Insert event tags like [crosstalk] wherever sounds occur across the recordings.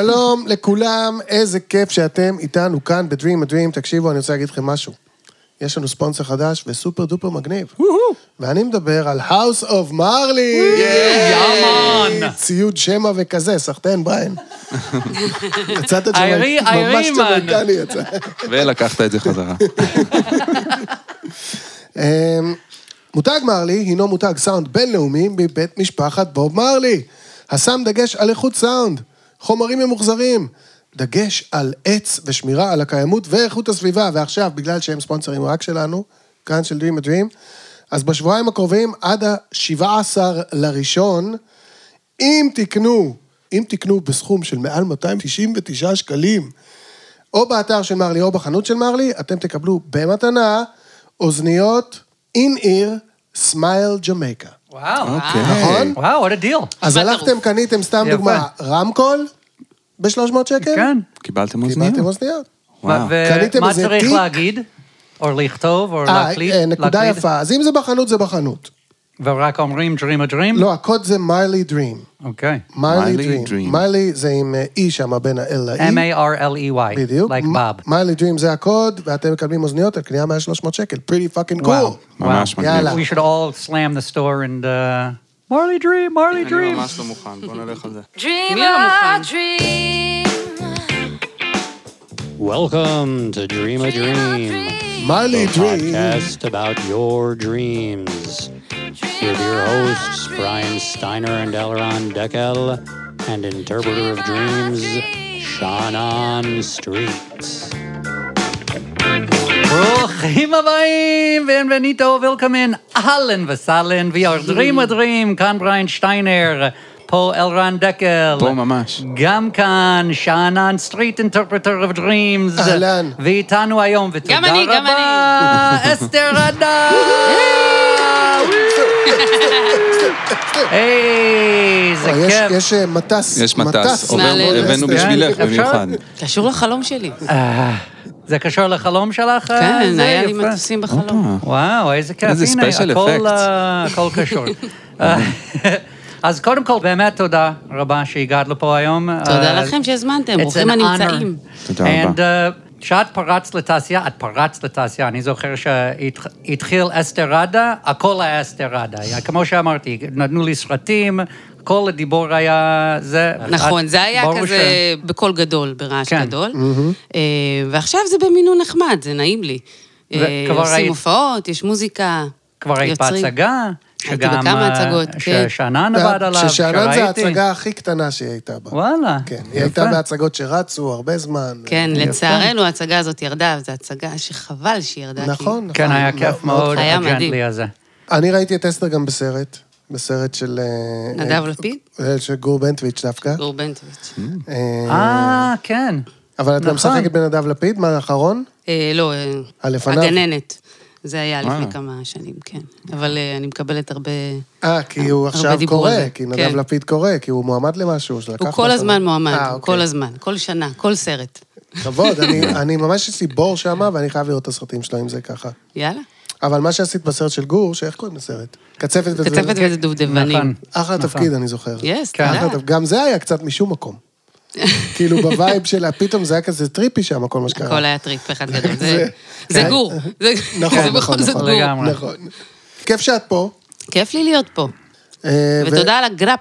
שלום לכולם, איזה כיף שאתם איתנו כאן בדרים הדרים. תקשיבו, אני רוצה להגיד לכם משהו. יש לנו ספונסר חדש וסופר דופר מגניב. ואני מדבר על House of Marley. יאמן. ציוד שמע וכזה, סחטיין, בריין. יצאת את איירי- זה ממש איירימן. ג'מאיקני יצא. ולקחת את זה חזרה. אמ, מותג מרלי הינו מותג סאונד בינלאומי מבית משפחת בוב מרלי, השם דגש על איכות סאונד, חומרים ממוחזרים, דגש על עץ ושמירה על הקיימות ואיכות הסביבה, ועכשיו, בגלל שהם ספונסרים רק שלנו, כאן של Dream a Dream, אז בשבועיים הקרובים, עד ה-17 לראשון, אם תקנו, אם תקנו בסכום של מעל 299 שקלים, או באתר של מרלי או בחנות של מרלי, אתם תקבלו במתנה אוזניות אין איר סמייל ג'מייקה. וואו. אוקיי. נכון? וואו, what a deal. אז טירוף. הלכתם, קניתם, סתם יפה. דוגמה, רמקול ב-300 שקל? כן. קיבלתם אוזניות? קיבלתם אוזניות. וואו. קניתם ומה איזה צריך תיק? להגיד? או לכתוב, או אה, להקליט? אה, נקודה להקליד? יפה. אז אם זה בחנות, זה בחנות. ורק אומרים dream a dream? לא, הקוד זה מיילי דרים. אוקיי. Miley מיילי דרים. Dream. מיילי זה עם אה, אי שם בין ה-L ל-E. M-A-R-L-E-Y. בדיוק. E Like Bob. מיילי דרים זה הקוד, ואתם מקבלים אוזניות על קנייה מעל 300 שקל. pretty fucking וואו. cool. ממש וואו. יאללה. מגניב. We should all slam the store and... uh, Marley dream, Marley אני dream. ממש לא מוכן, בוא נלך על זה. Dream לא a מוכן? dream. Welcome to Dream a Dream a Dream, dream. מיילי the דרים. podcast about your dreams, with your hosts Brian Steiner and Elron Deckel, and interpreter of dreams Shannon Streets. ברוכים הבאים, בנבניטו, וילקאמן, אהלן וסהלן, we [laughs] are dream a dream, כאן בריין שטיינר, פה אלרן דקל. פה ממש. גם כאן, שאנן סטריט אינטרפרטר אוף דרימס. אהלן. ואיתנו היום, ותודה גם אני, גם רבה, אסתר עדה. היי, איזה או, יש- כן. כיף. יש אה, מטס. יש מטס, עובר- מהלב. הבאנו אסתר. בשבילך כן, אפשר? במיוחד. קשור לחלום שלי. אה, זה קשור לחלום שלך? אה, כן, זה היה לי יפה. מטוסים בחלום. וואו, איזה כיף. איזה הנה, special הכל, effects. אה, הכל קשור. אה, [laughs] אז קודם כל, באמת תודה רבה שהגעת לפה היום. תודה אה, לכם שהזמנתם, it's ברוכים an הנמצאים. honor. תודה רבה. And, אה, כשאת פרצת לתעשייה, את פרצת לתעשייה. אני זוכר שהתחיל אסתרדה, הכל היה אסתרדה. היה, כמו שאמרתי, נתנו לי סרטים, כל הדיבור היה זה. נכון, אה, את- זה היה ברור כזה ש- בקול גדול, ברעש כן. גדול. אה, ועכשיו זה במינון נחמד, זה נעים לי. אה, וכבר עושים היית- הופעות, יש מוזיקה, כבר היית יוצרים. בהצגה, הייתי שגם... בכמה אה, הצגות, כן. ששאנן עבד עליו, ששאנן זה שראיתי. ההצגה הכי קטנה שהיא הייתה בה. וואלה. כן, היא יפה. הייתה בהצגות שרצו הרבה זמן. כן, יפה. לצערנו ההצגה הזאת ירדה, וזו הצגה שחבל שהיא ירדה. כי- נכון. כן, נכון. היה כיף מאוד, היה הג'נטלי מדהים. הזה. אני ראיתי את אסתר גם בסרט, בסרט של... אה, נדב אה, לפיד? אה, של גור בנטוויץ' דווקא. גור בנטוויץ'. אה, אה, כן. אבל את גם נכון. משחקת בנדב לפיד, מה האחרון? אה, לא, אה, הלפניו? הגננת. זה היה וואלה. לפני כמה שנים, כן. אבל אה, אני מקבת הרבה... אה, כי הוא הרבה עכשיו דיברו קורא, על זה, כי נדב כן. לפיד קורא, כי הוא מועמד למשהו, שלקח הוא כל משהו. הזמן מועמד, אה, הוא אוקיי. כל הזמן, כל שנה, כל סרט. כבוד, [laughs] אני- אני ממש יש לי בור שמה, ואני חייב לראות את הסרטים שלו אם זה ככה. יאללה. אבל מה שעשית בסרט של גור, שאיך קוראים לסרט? קצפת וזה... קצפת וזה נכון. דובדבנים. אחלה תפקיד, אני זוכר. יס, כן. תודה. אחלה תפקיד. גם זה היה קצת משום מקום. כאילו בווייב שלה, פתאום זה היה כזה טריפי שם, כל מה שקרה. הכל היה טריפ אחד גדול. [laughs] זה- זה- זה כן. גור. זה- נכון, זה נכון, בכל זאת נכון. גור. לגמרי. נכון. כיף שאת פה. כיף לי להיות פה. אה, ו- ותודה על הגרפה.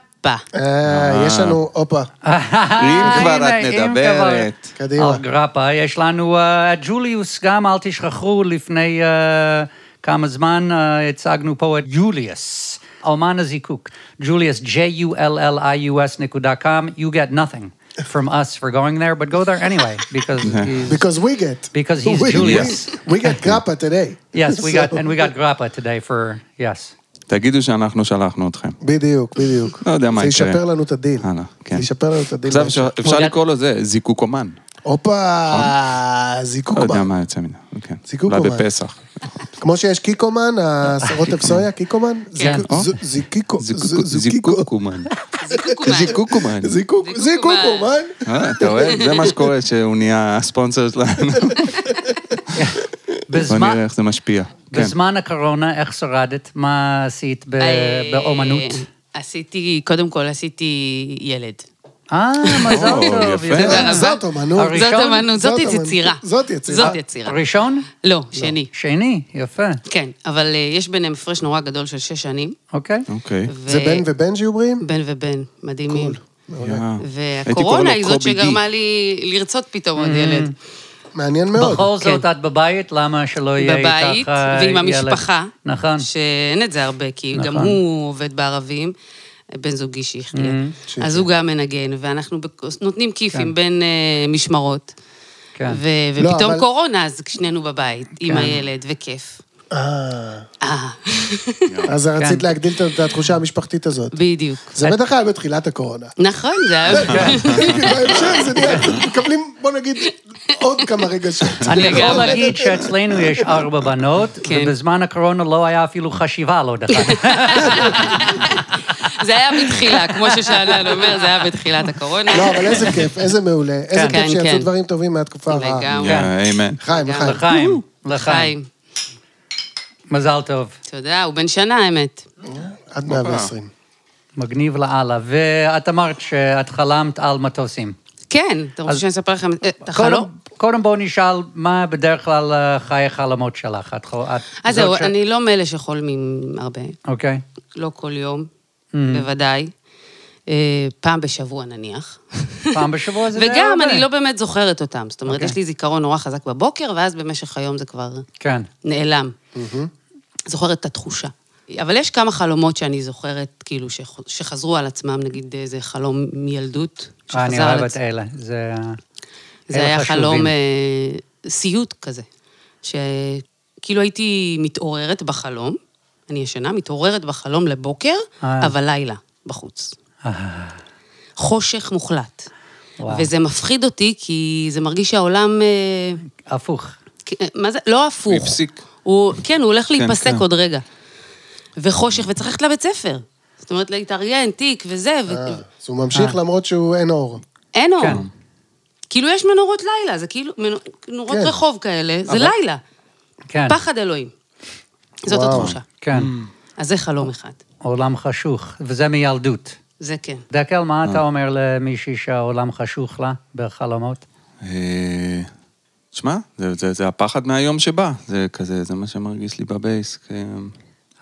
אה, יש לנו, הופה, אה, אם כבר הנה, את אם כבר. מדברת. קדימה. על גרפה, יש לנו אה, את ג'וליוס גם, אל תשכחו, לפני אה, כמה זמן אה, הצגנו פה את יוליוס, אומן הזיקוק. ג'וליוס, J-U-L-L-I-U-S נקודה com, you get nothing from us for going there, but go there anyway, because he's... Because we get. Because he's we- Julius. we- We get grappa today. Yes, we So- got, and we got grappa today for, yes. תגידו שאנחנו שלחנו אתכם. בדיוק, בדיוק. לא יודע מה זה יקרה. ישפר לנו את הדיל. הלאה, כן. זה ישפר לנו את הדיל. עכשיו אפשר- אפשר מודע- לקרוא לו זה, זיקוקומן. הופה, לא זיקוק יודע מן. מה יוצא מזה. כן. זיקוקומן. אולי בפסח. כמו שיש קיקומן, הרוטב סויה, קיקומן? כן. זיקוק- ז- זיקיקו- זיקוקו- ז- זיקיקו- זיקוקומן. זיקוקומן. זיקוקומן. [laughs] זיקוק, זיקוקומן. זיקוקומן. אה, אתה רואה? זה מה שקורה שהוא נהיה הספונסר שלנו. [laughs] בוא בזמן, נראה איך זה משפיע. כן. בזמן הקורונה, איך שרדת? מה עשית ב- אה, באומנות? עשיתי, קודם כל עשיתי ילד. אה, מזל או, טוב. יפה. יודע. תודה רבה. אה, זאת אומנות. הראשון? אה, זאת אמנות, זאת יצירה. זאת יצירה. זאת יצירה. ראשון? לא, שני. שני, יפה. כן, אבל אה, יש ביניהם הפרש נורא גדול של שש שנים. אוקיי. אוקיי. ו- זה בן ובן שיהיו בריאים? בן ובן, מדהימים. יאה. הייתי קורא לו והקורונה היא זאת קובי די. שגרמה לי לרצות פתאום Mm, עוד ילד. מעניין מאוד. בכל זאת, כן. את בבית, למה שלא יהיה איתך אה, ילד? בבית, ועם המשפחה. נכון. שאין את זה הרבה, כי נכון. גם הוא עובד בערבים. בן זוגי שיחיה. Mm-hmm. אז הוא גם מנגן, ואנחנו בק- נותנים כיפים בין אה, משמרות. כן. ו- לא, ופתאום אבל- קורונה, אז שנינו בבית, עם הילד, וכיף. אה, אה, אז כן. רצית להגדיל את- את התחושה המשפחתית הזאת. בדיוק. זה בטח היה בתחילת הקורונה. נכון, זה היה... כן. כי בהמשך זה נהיה, מקבלים, בוא נגיד, עוד כמה רגשות. אני חייב להגיד שאצלנו יש ארבע בנות, כן. ובזמן הקורונה לא היה אפילו חשיבה על [laughs] עוד אחת. זה היה בתחילה, כמו ששאלן אומר, זה היה בתחילת הקורונה. לא, אבל איזה כיף, איזה מעולה. איזה כן, כיף שיצאו כן. דברים טובים מהתקופה הרעה. כן, לגמרי. יאה, אמן. חיים, גם. חיים. [laughs] לחיים, לחיים. חיים, מזל טוב. תודה, הוא בן שנה, האמת. עד 120. מגניב לאללה. ואת אמרת שאת חלמת על מטוסים. כן, אתה רוצה שאני אספר לכם אה, את החלום? קודם- קודם בואו נשאל מה בדרך כלל אה, חיי החלומות שלך. את חו- את אז זאת זהו, ש- אני לא מאלה שחולמים הרבה, אוקיי. לא כל יום, Mm-hmm. בוודאי. אה, פעם בשבוע נניח. פעם בשבוע זה די [laughs] וגם, הרבה. אני לא באמת זוכרת אותם. זאת אומרת, אוקיי. יש לי זיכרון נורא חזק בבוקר, ואז במשך היום זה כבר כן. נעלם. זוכרת את התחושה. אבל יש כמה חלומות שאני זוכרת, כאילו, שח- שחזרו על עצמם, נגיד איזה חלום מילדות, אה, אני שחזר אוהב על את עצמו. אלה. זה... זה אלה היה חשובים. חלום אה, סיוט כזה, שכאילו הייתי מתעוררת בחלום, אני ישנה, מתעוררת בחלום לבוקר, אה. אבל לילה בחוץ. חושך מוחלט. וואו. וזה מפחיד אותי, כי זה מרגיש שהעולם... אה, הפוך. כן, מה זה? לא הפוך. הפסיק. הוא, כן, הוא הולך להיפסק כן. עוד רגע. וחושך, וצריך ללכת לבית ספר. זאת אומרת, להתארגן, תיק וזה, ו... אה, אז הוא ממשיך למרות שהוא אין אור. אין אור. כן. כאילו, יש מנורות לילה, זה כאילו מנור- נורות כן. רחוב כאלה, זה לילה. כן. פחד אלוהים. זאת וואו. התחושה. כן. Mm. אז זה חלום אחד. עולם חשוך, וזה מילדות. זה כן. דקל, מה אה. אתה אומר למישהי שהעולם חשוך לה בחלומות? אה, תשמע, זה- זה זה הפחד מהיום שבא. זה כזה, זה מה שמרגיש לי בבייס. כן.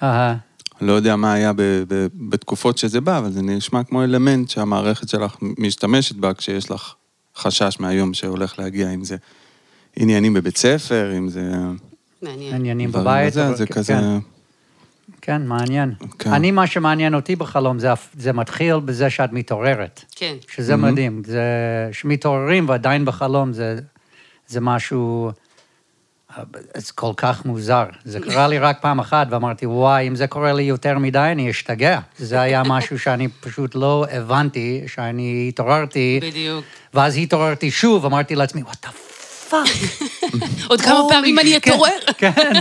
אהה. לא יודע מה היה ב, ב, בתקופות שזה בא, אבל זה נשמע כמו אלמנט שהמערכת שלך משתמשת בה כשיש לך חשש מהיום שהולך להגיע, אם זה עניינים בבית ספר, אם זה... מעניין. עניינים דברים בבית. וזה, אבל- זה כן, כזה... כן. כן, מעניין. כן. אני, מה שמעניין אותי בחלום, זה הפ- זה מתחיל בזה שאת מתעוררת. כן. שזה מדהים. זה... שמתעוררים ועדיין בחלום, זה, זה משהו... זה כל כך מוזר. זה קרה לי רק פעם אחת, ואמרתי, וואי, אם זה קורה לי יותר מדי, אני אשתגע. זה היה משהו שאני פשוט לא הבנתי, שאני התעוררתי. בדיוק. ואז התעוררתי שוב, אמרתי לעצמי, וואט דה פאק. עוד כמה פעמים אני אתעורר. [laughs] כן,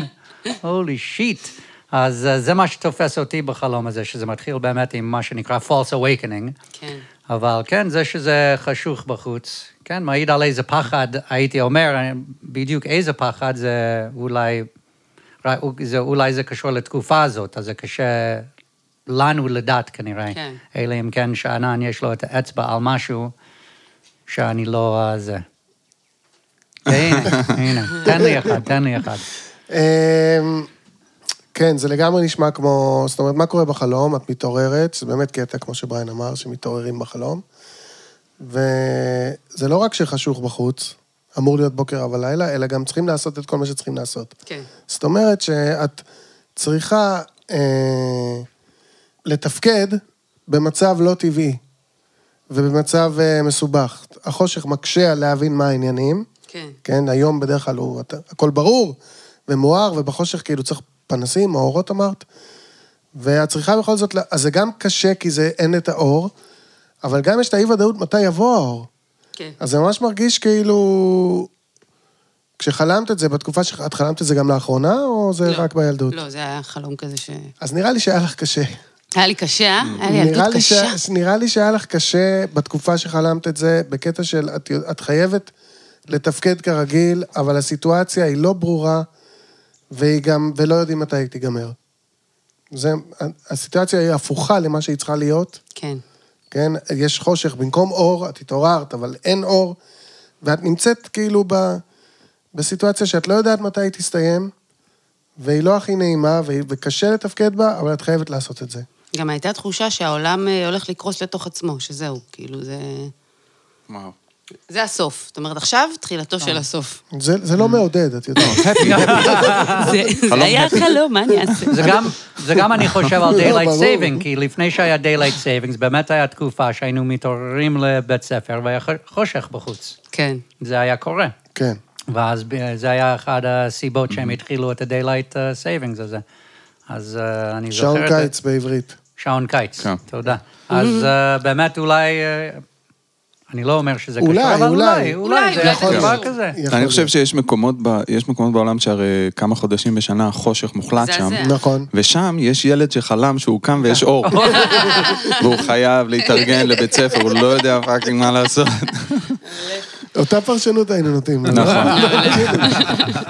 הולי שיט. אז אה, זה מה שתופס אותי בחלום הזה, שזה מתחיל באמת עם מה שנקרא false awakening. כן. אבל כן, זה שזה חשוך בחוץ, כן, מעיד על איזה פחד, הייתי אומר, אה, בדיוק איזה פחד, זה אולי, זה, אולי זה קשור לתקופה הזאת, אז זה קשה לנו לדעת כנראה. כן. אלא אם כן שאנן יש לו את האצבע על משהו שאני לא... אה, זה. והנה, הנה, תן לי אחד, תן לי אחד. אמ, כן, זה לגמרי נשמע כמו... זאת אומרת, מה קורה בחלום? את מתעוררת, זה באמת קטע, כמו שבריין אמר, שמתעוררים בחלום. וזה לא רק שחשוך בחוץ, אמור להיות בוקר אבל לילה, אלא גם צריכים לעשות את כל מה שצריכים לעשות. כן. זאת אומרת שאת צריכה אה, לתפקד במצב לא טבעי ובמצב אה, מסובך. החושך מקשה על להבין מה העניינים. כן. כן, היום בדרך כלל הוא, אתה- הכל ברור ומואר, ובחושך כאילו צריך פנסים או אורות אמרת. ואת צריכה בכל זאת, לה- אז זה גם קשה כי זה אין את האור, אבל גם יש את האי-ודאות מתי יבוא האור. כן. אז זה ממש מרגיש כאילו... כשחלמת את זה, בתקופה שאת חלמת את זה גם לאחרונה, או זה לא. רק בילדות? לא, זה היה חלום כזה ש... אז נראה לי שהיה לך קשה. היה לי קשה, אה? היה לי נראה ילדות לי קשה. ש- נראה לי שהיה לך קשה בתקופה שחלמת את זה, בקטע של את, יודע- את חייבת לתפקד כרגיל, אבל הסיטואציה היא לא ברורה, והיא גם, ולא יודעים מתי היא תיגמר. זה, הסיטואציה היא הפוכה למה שהיא צריכה להיות, כן. כן? יש חושך, במקום אור, את התעוררת, אבל אין אור, ואת נמצאת כאילו ב... בסיטואציה שאת לא יודעת מתי היא תסתיים, והיא לא הכי נעימה, והיא- וקשה לתפקד בה, אבל את חייבת לעשות את זה. גם הייתה תחושה שהעולם אה, הולך לקרוס לתוך עצמו, שזהו, כאילו, זה... וואו. זה הסוף. זאת אומרת, עכשיו תחילתו של הסוף. זה, זה Mm. לא מעודד, את [laughs] יודעת. [laughs] זה זה חלום היה חלום, מה אני [laughs] אעשה? זה גם, זה גם אני חושב על לא, daylight ברור. saving, כי לפני שהיה daylight savings, באמת היה תקופה שהיינו מתעוררים לבית ספר והיה ח- חושך בחוץ. [laughs] כן. זה היה קורה. כן. ואז ב- זה היה אחת הסיבות שהם התחילו את ה-daylight אה, savings הזה. אז אה, אני זוכר שעון את... קיץ בעברית. שעון קיץ, כן. תודה. אז אה, באמת אולי... אה, אני לא אומר שזה אולי, קשור, אבל אולי. אולי, אולי, זה אולי יכול זה להיות דבר כן. קשור. כזה. יכול אני להיות. חושב שיש מקומות, ב, יש מקומות בעולם שהרי כמה חודשים בשנה חושך מוחלט שם. מזעזע. נכון. ושם יש ילד שחלם שהוא קם [laughs] ויש אור. והוא חייב להתארגן לבית ספר, הוא לא יודע פאקינג מה לעשות. אותה פרשנות היינו נותנים. נכון.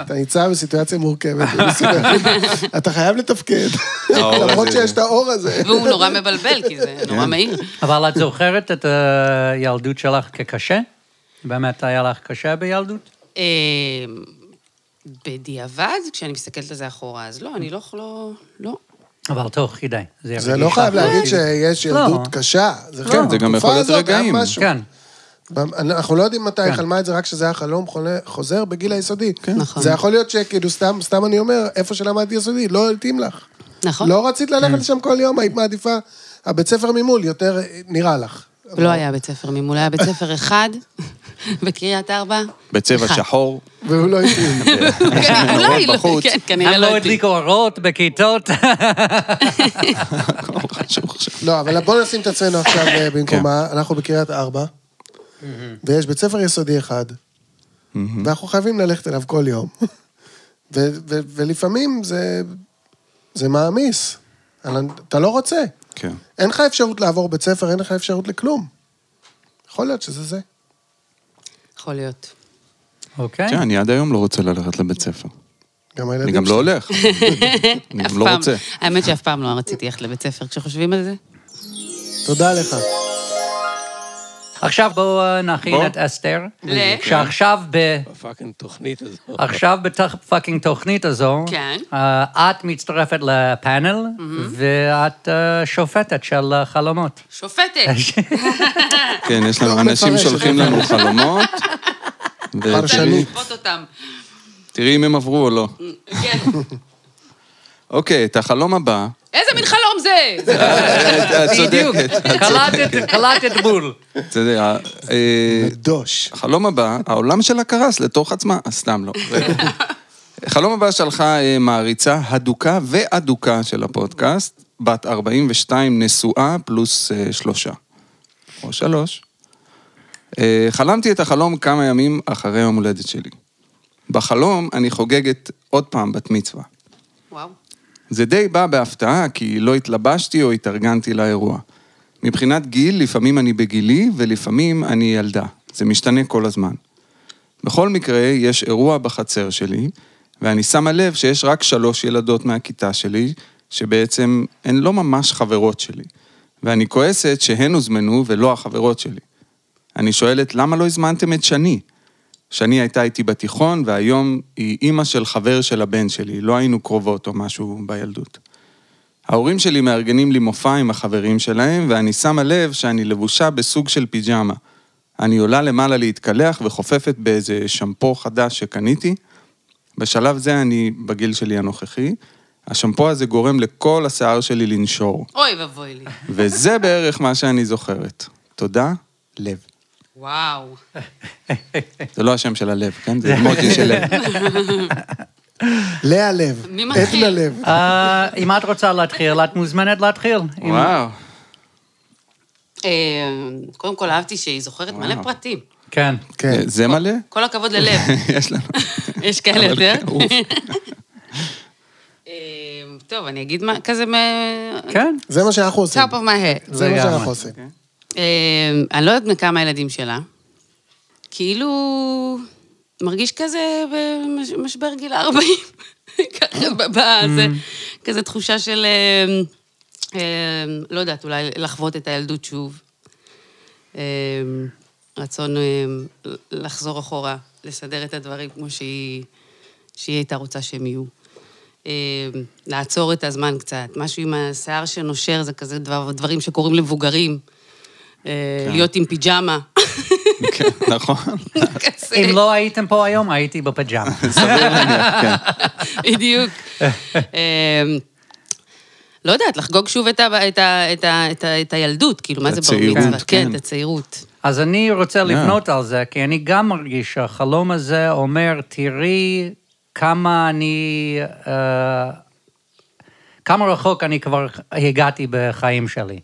אתה נמצא בסיטואציה מורכבת. [laughs] מסובכת. אתה חייב לתפקד. האור הזה. למרות שיש את האור [laughs] הזה. והוא נורא מבלבל, כי זה כן. נורא מהיר. אבל את זוכרת את uh, הילדות שלך כקשה? באמת היה לך קשה בילדות? אה, בדיעבד, כשאני מסתכלת על זה אחורה, אז לא, אני לא יכולה... לא. אבל תוך כדי. זה הרגיש לא לך חייב להגיד כאילו- שיש לא. ילדות קשה. כן, זה גם יכול להיות התקופה הזאת, היה רגעים. משהו. כן, אנחנו לא יודעים מתי היא כן. חלמה את זה, רק שזה היה חלום חולה- חוזר בגיל היסודי. נכון. זה יכול להיות שכאילו, סתם סתם אני אומר, איפה שלמדתי יסודי, לא התאים לך. נכון. לא רצית כן. ללכת לשם כל יום, היית מעדיפה, הבית ספר ממול יותר אה, נראה לך. לא היה בית ספר ממול, היה בית ספר אחד [laughs] בקריית ארבע. בצבע אחד. שחור. והוא לא התאים. [laughs] כן, אולי, לא, בחוץ. כן, כנראה הם לא לא הדליק. הדליקו אורות בכיתות. [laughs] הכל חשוך עכשיו. לא, אבל בואו נשים את עצמנו עכשיו כן. אה, במקומה. אנחנו בקריית ארבע, ויש בית ספר יסודי אחד, ואנחנו חייבים ללכת אליו כל יום. [laughs] ו- ו- ולפעמים זה זה מעמיס. אבל אתה לא רוצה. כן. אין לך אפשרות לעבור בית ספר, אין לך אפשרות לכלום. יכול להיות שזה זה. יכול להיות. לא אוקיי. כן, אני עד היום לא רוצה ללכת לבית ספר. גם אני הילדים גם לא שלי. [laughs] הולך. אני אף גם לא פעם. רוצה. האמת שאף פעם לא רציתי ללכת לבית ספר, כשחושבים על זה. תודה לך. עכשיו בואו אה, נכין בוא. את אסתר. ל- כן. שעכשיו ב... בפאקינג תוכנית הזאת. עכשיו בתוך פאקינג תוכנית הזו, כן. אה, את מצטרפת לפאנל, ואת אה, שופטת של החלומות. [laughs] שופטת. כן, יש לנו, לא אנשים מפרש, שולחים לא לנו חלומות. פרשנית. ותראי לשפוט אותם. תראי אם הם עברו או לא. כן. אוקיי, את החלום הבא. איזה מין חלום זה? את צודקת. קלטת, קלטת בול. אתה יודע, אה, דוש. החלום הבא, העולם שלה קרס לתוך עצמה, אז סתם לא. חלום הבא שלחה אה, מעריצה הדוקה ואדוקה של הפודקאסט, בת 42 נשואה פלוס אה, שלושה. או שלוש. אה, חלמתי את החלום כמה ימים אחרי יום הולדת שלי. בחלום אני חוגגת עוד פעם בת מצווה. וואו. זה די בא בהפתעה, כי לא התלבשתי או התארגנתי לאירוע. מבחינת גיל, לפעמים אני בגילי ולפעמים אני ילדה. זה משתנה כל הזמן. בכל מקרה, יש אירוע בחצר שלי, ואני שמה לב שיש רק שלוש ילדות מהכיתה שלי, שבעצם הן לא ממש חברות שלי. ואני כועסת שהן הוזמנו ולא החברות שלי. אני שואלת, למה לא הזמנתם את שני? שני הייתה איתי בתיכון, והיום היא אימא של חבר של הבן שלי, לא היינו קרובות או משהו בילדות. ההורים שלי מארגנים לי מופע עם החברים שלהם, ואני שמה לב שאני לבושה בסוג של פיג'מה. אני עולה למעלה להתקלח וחופפת באיזה שמפו חדש שקניתי. בשלב זה אני בגיל שלי הנוכחי. השמפו הזה גורם לכל השיער שלי לנשור, אוי ואבוי לי. וזה בערך מה שאני זוכרת. תודה, לב. וואו. זה לא השם של הלב, כן? זה מוטי של לב. לאה לב. מי מתחיל? עדנה לב. אה, אם את רוצה להתחיל, את מוזמנת להתחיל. אם- [laughs] וואו. אה, קודם כל אהבתי שהיא זוכרת מלא וואו. פרטים. כן. כן. אה, זה מלא? כל הכבוד ללב. [laughs] יש לנו. כן. [laughs] יש כאלה אבל יותר? כן, [laughs] אוף. אה, טוב, אני אגיד מה, כזה מ... כן. זה מה שאנחנו עושים. top of my head. זה מה לגמרי. שאנחנו עושים. אה, אני לא יודעת מכמה הילדים שלה. כאילו, מרגיש כזה במשבר גיל 40. [laughs] ככה בזה, אמ, כזה תחושה של, אה, אה, לא יודעת, אולי לחוות את הילדות שוב. אה, רצון אה, לחזור אחורה, לסדר את הדברים כמו שהיא, שהיא הייתה רוצה שהם יהיו. אה, לעצור את הזמן קצת, משהו עם השיער שנושר, זה כזה דבר, דברים שקורים למבוגרים. אה, כן. להיות עם [laughs] פיג'מה. כן, [laughs] נכון. כזה. אם לא הייתם פה היום, הייתי בפיג'מה. כן. בדיוק. אמ, לא יודעת, לחגוג שוב את ה- את ה- את ה- את ה- את הילדות, כאילו, מה זה בר הצעירות, מצווה? כן. כן, את הצעירות. אז אני רוצה לבנות על זה, כי אני גם מרגיש שהחלום הזה אומר, תראי כמה אני... אה, כמה רחוק אני כבר הגעתי בחיים שלי.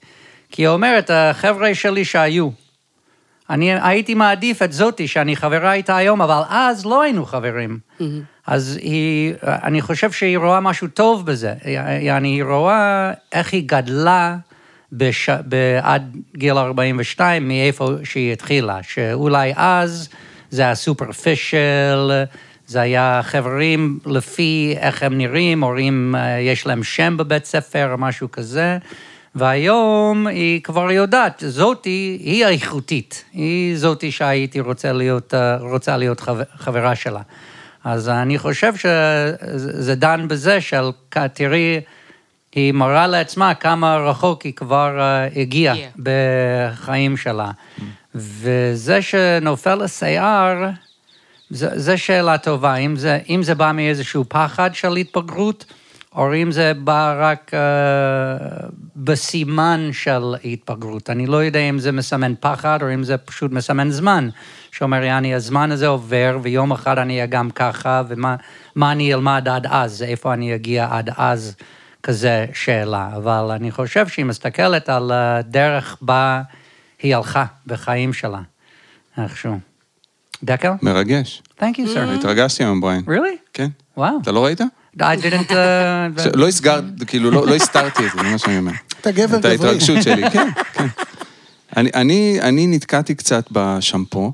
כי היא אומרת, החבר'ה שלי שהיו, אני הייתי מעדיף את זאתי שאני חברה איתה היום, אבל אז לא היינו חברים. אז היא, אני חושב שהיא רואה משהו טוב בזה. יעני, היא רואה איך היא גדלה בש... ב- עד גיל 42, מאיפה שהיא התחילה. שאולי אז זה הסופרפישל, זה היה חברים לפי איך הם נראים, או אם אה, יש להם שם בבית ספר או משהו כזה. והיום היא כבר יודעת, זאתי, היא האיכותית. היא זאתי שהייתי רוצה להיות, אה, רוצה להיות חבר, חברה שלה. אז אני חושב שזה זה דן בזה של, כ- תראי, היא מראה לעצמה כמה רחוק היא כבר אה, הגיעה הגיעה. בחיים שלה. וזה שנופל השיער, זה, זה שאלה טובה, אם זה, אם זה בא מאיזשהו פחד של התבגרות, או אם זה בא רק uh, בסימן של התבגרות. אני לא יודע אם זה מסמן פחד, או אם זה פשוט מסמן זמן. שאומר, יעני, הזמן הזה עובר, ויום אחד אני אהיה גם ככה, ומה מה אני אלמד עד אז, איפה אני אגיע עד אז, כזה שאלה. אבל אני חושב שהיא מסתכלת על הדרך בה היא הלכה בחיים שלה, איכשהו. דקל? מרגש. אה. Thank you, sir. התרגשתי היום, בריין. Really? כן. Wow. אתה לא ראית? I didn't... Uh, [laughs] ש- לא הסגרת, כאילו, לא לא הסתרתי את זה, זה מה שאני אומר. אתה גבר את גברי. ההתרגשות [laughs] שלי, כן, כן. אני- אני- אני נתקעתי קצת בשמפו,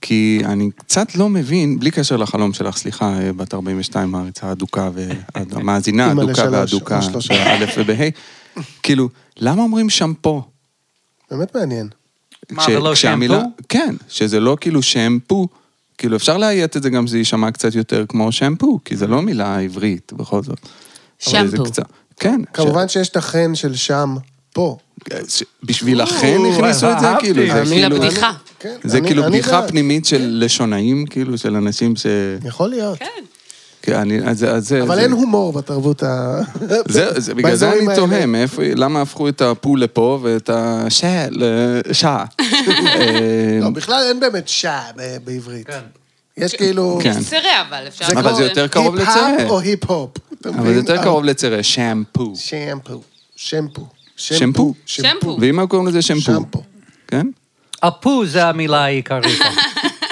כי אני קצת לא מבין, בלי קשר לחלום שלך, סליחה, אה, בת 42, העריצה האדוקה, [laughs] והמאזינה אימא האדוקה לשלוש, והאדוקה, או שלושה. של א' ובה', כאילו, למה אומרים שמפו? באמת מעניין. מה, זה לא כשהמילה- שמפו? כן, שזה לא כאילו שמפו. כאילו, אפשר לאיית את זה גם שזה יישמע קצת יותר כמו שמפו, כי זה לא מילה עברית, בכל זאת. אבל זה שמפו. קצת- כן. ש- כמובן שיש את החן של שם פה. ש- בשביל לכן הכניסו את זה, אהבתי. כאילו, זה אני- כאילו... לבדיחה. אה, כן, זה אני- כאילו אני בדיחה בעד. פנימית של לשונאים, כאילו, של אנשים ש... יכול להיות. כן, אני- אז- אז זה... אבל זה- אין הומור בתרבות ה... זה, זה, בגלל זה באזורים אני תוהה, האלה. מאיפה, למה הפכו את הפו לפה ואת השע לשעה. אה, לא, בכלל אין באמת שעה ב- בעברית. יש כאילו... כן. צרה אבל, אפשר זה אבל כמו זה יותר קרוב לצרה. היפ-הופ או היפ-הופ. אתה אבל מבין? זה יותר קרוב לצרה, שמפו. שמפו. שמפו. שמפו? שמפו. ואם היו קוראים לזה שמפו? שמפו. כן? אפו זה המילה העיקרית.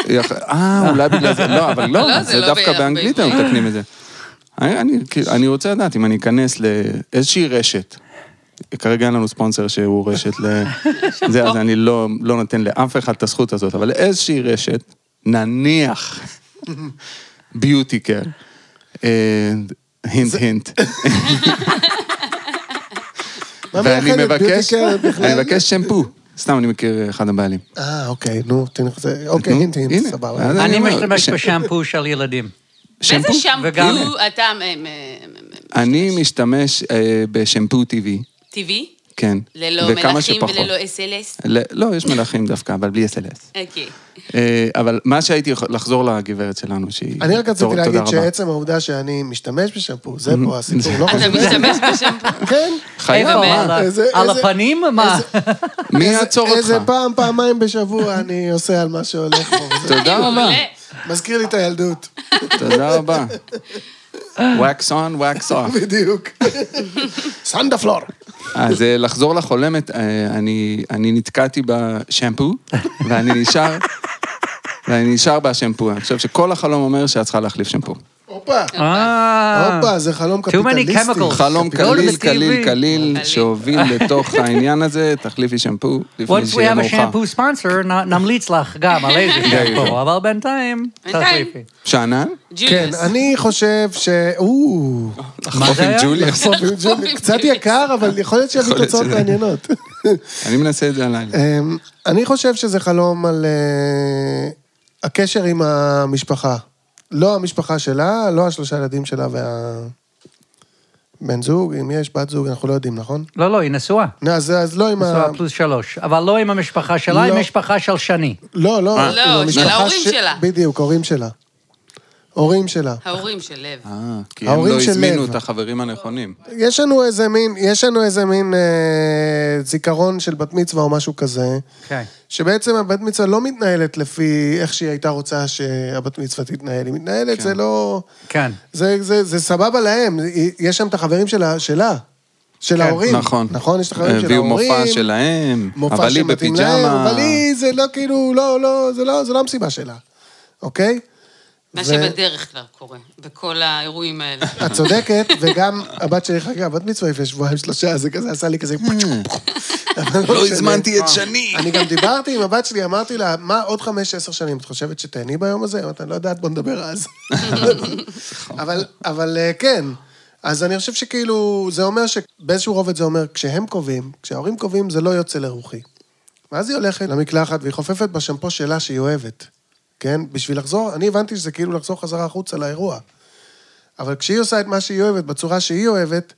יח- אה, אולי בגלל זה, לא, אבל לא, לא, זה זה לא דווקא ב- באנגלית הם בעברית. מתקנים את זה. אני- אני כאילו, אני רוצה לדעת אם אני אכנס לאיזושהי רשת. כרגע אין לנו ספונסר שהוא רשת ל... זה, אז אני לא לא נותן לאף אחד את הזכות הזאת, אבל איזושהי רשת, נניח ביוטי קר, אה, הינט הינט, מה ואני מאחדת מבקש, ביוטיקר בכלל? אני מבקש שמפו. סתם, אני מכיר אחד הבעלים. אה, אוקיי, נו, תנחזה. אוקיי, נו, הינט הינט, הנה. אה, סבבה. אז אני אומר, משתמש ש- בשמפו של ילדים. איזה שמפו? וגם- שמפו, אתה אה, אה, אני משתמש אה, בשמפו טבעי, טבעי? כן. ללא וכמה מלחים שפחות. וללא אס.אל.אס? ל- לא, יש מלכים דווקא, אבל בלי אס.אל.אס. אוקיי. אה, אבל מה שהייתי יכול לחזור לגברת שלנו, שהיא... אני רק רציתי תודה להגיד רבה. שעצם העובדה שאני משתמש בשמפו, זה [laughs] פה הסיפור, לא אתה חשוב. משתמש בשמפו. כן. חייב. איפה? באמת? על ה- איזה- על איזה- הפנים? מה? מי איזה- יעצור אותך? איזה פעם, פעמיים בשבוע אני עושה על מה שהולך פה. זה תודה רבה, מעולה. מזכיר לי את הילדות, תודה רבה. wax on, wax off. [laughs] בדיוק. סנדה פלור. אז אה, לחזור לחולמת, אה, אני אני נתקעתי בשמפו, ואני נשאר... ואני נשאר בשמפו. אני חושב שכל החלום אומר שאת צריכה להחליף שמפו. הופה. אה. הופה, זה חלום Too many קפיטליסטי. chemicals. חלום Go to the קליל, TV. קליל, קליל, קליל. שהוביל לתוך העניין הזה, תחליפי שמפו לפני once we שיהיה have a מאוחר. shampoo sponsor, נ- נמליץ לך גם על איזה שמפו, אבל בינתיים, בינתיים. תחליפי. שאנן? כן, ג'וליוס. אני חושב ש... [laughs] או, מה לחפוף זה עם היה? [laughs] ג'וליוס. קצת יקר, אבל יכול להיות שיביא יכול להיות תוצאות שזה- מעניינות. אני מנסה את זה הלילה. אמ, אני חושב שזה חלום על אה, הקשר עם המשפחה. לא המשפחה שלה, לא השלושה ילדים שלה וה... בן זוג, אם יש בת זוג, אנחנו לא יודעים, נכון? לא, לא, היא נשואה. נו, אז, אז לא עם ה... נשואה פלוס שלוש. אבל לא עם המשפחה שלה, עם לא. משפחה של שני. לא, לא. עם לא, המשפחה של ההורים ש- שלה. בדיוק, הורים שלה. הורים שלה. ההורים של לב. אה, כי הם ההורים לא של הזמינו לב. את החברים הנכונים. יש לנו איזה מין, יש לנו איזה מין אה, זיכרון של בת מצווה או משהו כזה, כן. שבעצם הבת מצווה לא מתנהלת לפי איך שהיא הייתה רוצה שהבת מצווה תתנהל. היא מתנהלת, זה לא... כן. זה, זה, זה סבבה להם, יש שם את החברים שלה, שלה, של ההורים. נכון. נכון, יש את החברים של הביאו ההורים. מופע שלהם, מופע אבל היא שמתאים בפיג'מה. אבל היא, זה לא כאילו, לא, לא, זה לא, זה לא המסיבה שלה, אוקיי? מה ו- שבדרך כלל קורה, בכל האירועים האלה. את צודקת, וגם הבת שלי חגגה בת מצווה לפני שבועיים שלושה, זה כזה עשה לי [laughs] כזה... אבל לא משנה. הזמנתי את שני. אני גם דיברתי עם הבת שלי, אמרתי לה, מה עוד חמש, עשר שנים, את חושבת שתהני ביום הזה? היא אמרת, אני לא יודעת, בוא נדבר אז. אבל, אבל אה, כן. אז אני חושב שכאילו, זה אומר שבאיזשהו רובד זה אומר, כשהם קובעים, כשההורים קובעים, זה לא יוצא לרוחי. ואז היא הולכת למקלחת והיא חופפת בשמפו שלה שהיא אוהבת, כן? בשביל לחזור, אני הבנתי שזה כאילו לחזור חזרה החוצה לאירוע. אבל כשהיא עושה את מה שהיא אוהבת בצורה שהיא אוהבת,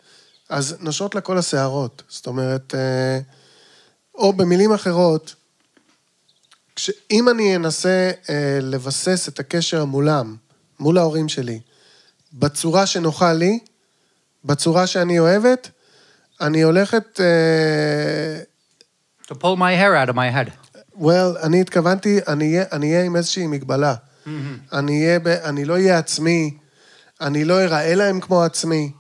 אז נשות לה כל השערות. זאת אומרת, אה, או במילים אחרות, כשאם אני אנסה אה, לבסס את הקשר מולם, מול ההורים שלי, בצורה שנוחה לי, בצורה שאני אוהבת, אני הולכת... אה, To pull my hair out of my head. well, אני התכוונתי, אני אהיה- אני אהיה עם איזושהי מגבלה. Mm-hmm. אני, אהיה ב, אני לא אהיה עצמי, אני לא אראה להם כמו עצמי,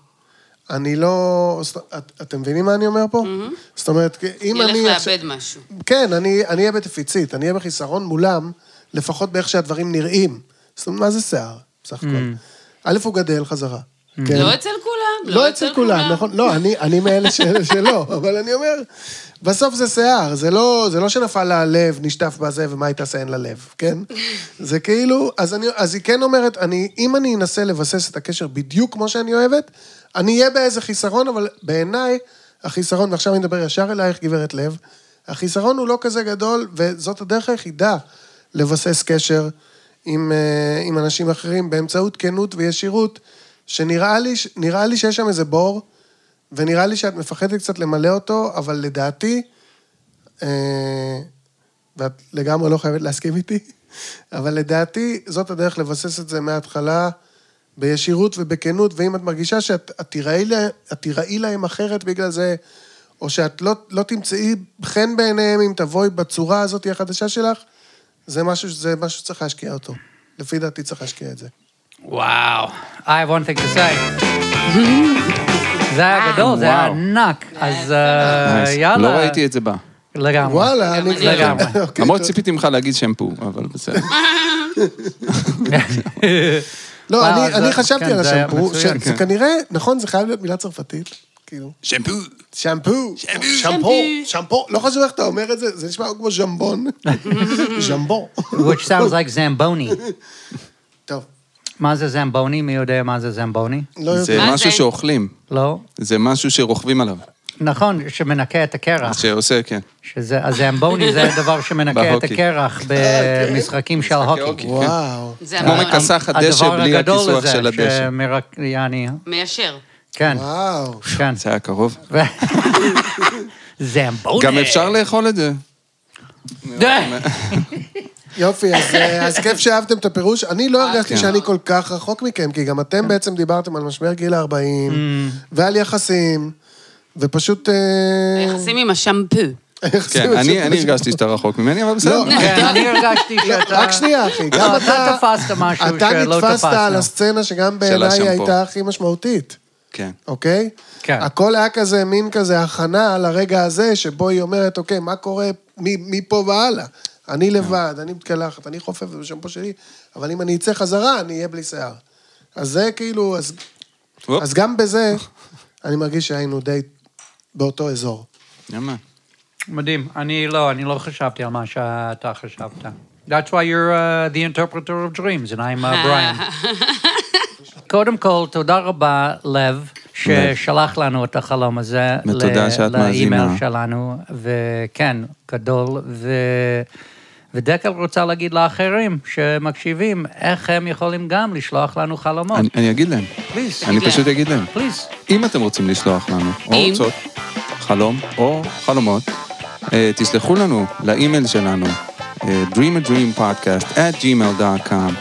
אני לא... זאת- את, אתם מבינים מה אני אומר פה? זאת אומרת, כי אם אני... Mm-hmm. ילך עכשיו- לאבד משהו. כן, אני אני אהיה בדפיציט, אני אהיה בחיסרון מולם, לפחות באיך שהדברים נראים. זאת אומרת, מה זה שיער, בסך הכל? א', הוא גדל חזרה. כן. לא אצל כולם, לא אצל כולם, נכון? לא, אני, אני מאלה ש, שלא, אבל אני אומר, בסוף זה שיער, זה לא, זה לא שנפל לה הלב, נשטף בזה, ומה היא תעשה אין לה לב, כן? זה כאילו, אז, אני, אז היא כן אומרת, אני, אם אני אנסה לבסס את הקשר בדיוק כמו שאני אוהבת, אני אהיה באיזה חיסרון, אבל בעיניי, החיסרון, ועכשיו אני מדבר ישר אלייך, גברת לב, החיסרון הוא לא כזה גדול, וזאת הדרך היחידה לבסס קשר עם, אה, עם אנשים אחרים באמצעות כנות וישירות, שנראה לי, ש- נראה לי שיש שם איזה בור, ונראה לי שאת מפחדת קצת למלא אותו, אבל לדעתי, אה, ואת לגמרי לא חייבת להסכים איתי, [laughs] אבל לדעתי זאת הדרך לבסס את זה מההתחלה בישירות ובכנות, ואם את מרגישה שאת את תיראי, לה- את תיראי להם אחרת בגלל זה, או שאת לא, לא תמצאי חן בעיניהם אם תבואי בצורה הזאת החדשה שלך, זה משהו, זה משהו שצריך להשקיע אותו. לפי דעתי צריך להשקיע את זה. וואו. I have one thing to say. זה היה גדול, זה היה וואו. ענק. אז אה, Nice. יאללה. לא ראיתי את זה בא. לגמרי. וואלה, אני... אני לגמרי. [laughs] אוקיי, למרות טוב. שציפיתי ממך להגיד שמפו, אבל [laughs] בסדר. לא, וואו, אני- זה- אני חשבתי כן, על זה היה השמפו, מצוין, כן. שזה כנראה, נכון, זה חייב להיות מילה צרפתית, כאילו. שמפו. שמפו, שמפו, שמפו, לא חשוב איך אתה אומר את זה, זה נשמע כמו [laughs] ז'מבון. ז'מבו. [laughs] Which sounds like זמבוני. טוב, מה זה זמבוני? מי יודע מה זה זמבוני? לא זה יודע. מה משהו זה? שאוכלים, לא. זה משהו שרוכבים עליו, נכון, שמנקה אה. את הקרח. שעושה, כן. שזה, הזמבוני [laughs] זה הדבר שמנקה את [laughs] בהוקי. הקרח במשחקים של הוקי. הוקי. וואו. זה כמו המון. מכסח הדשא אה, הדבר בלי הגדול הכיסוח הזה של הדשא. שמרק- יעני, מיישר. כן, וואו. כן. זה היה קרוב. ו- זמבוני. גם אפשר לאכול את זה. די. יופי, אז, אה, אז כיף שאהבתם את הפירוש. אני לא הרגשתי כן. שאני כל כך רחוק מכם, כי גם אתם בעצם דיברתם על משבר גיל ה-40, Mm. ועל יחסים, ופשוט... אה, היחסים עם השמפו. היחסים כן, של- אני אני הרגשתי שאתה רחוק ממני, אבל לא, בסדר. [laughs] כן, אני הרגשתי לא, שאתה... רק שנייה, אחי. לא, גם אתה תפסת משהו אתה שלא נתפסת על תפסנו. הסצנה שגם בעיניי השמפו. הייתה הכי משמעותית. כן. אוקיי? כן. הכל היה כזה, מין כזה הכנה לרגע הזה, שבו היא אומרת, אוקיי, מה קורה מ- מפה והלאה? כן. אני לבד, אני מתקלחת, אני חופפת בשמפו שלי, אבל אם אני אצא חזרה, אני אהיה בלי שיער. אז זה כאילו, אז, הופ. אז גם בזה, אני מרגיש שהיינו די באותו אזור. יאמן. מדהים. אני לא, אני לא חשבתי על מה שאתה חשבת. That's why you're uh, the interpreter of dreams, and I'm [laughs] uh, Brian. קודם כל, תודה רבה, לב, ששלח לנו את החלום הזה. ותודה ל- שאת מאזינה. לאימייל שלנו, וכן, גדול. ו... ודקל רוצה להגיד לאחרים שמקשיבים, איך הם יכולים גם לשלוח לנו חלומות. אני- אני אגיד להם. פליז, אני פשוט אגיד להם. פליז. אם אתם רוצים לשלוח לנו, או אם. רוצות, חלום או חלומות, אה, תשלחו לנו לאימייל שלנו, אה, dream a dream podcast at gmail.com,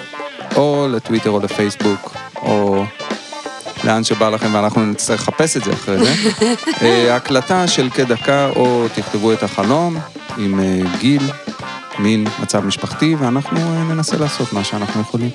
או לטוויטר או לפייסבוק, או לאן שבא לכם, ואנחנו נצטרך לחפש את זה אחרי זה. אה, הקלטה של כדקה, או תכתבו את החלום עם אה, גיל, מין, מצב משפחתי, ואנחנו אה, ננסה לעשות מה שאנחנו יכולים.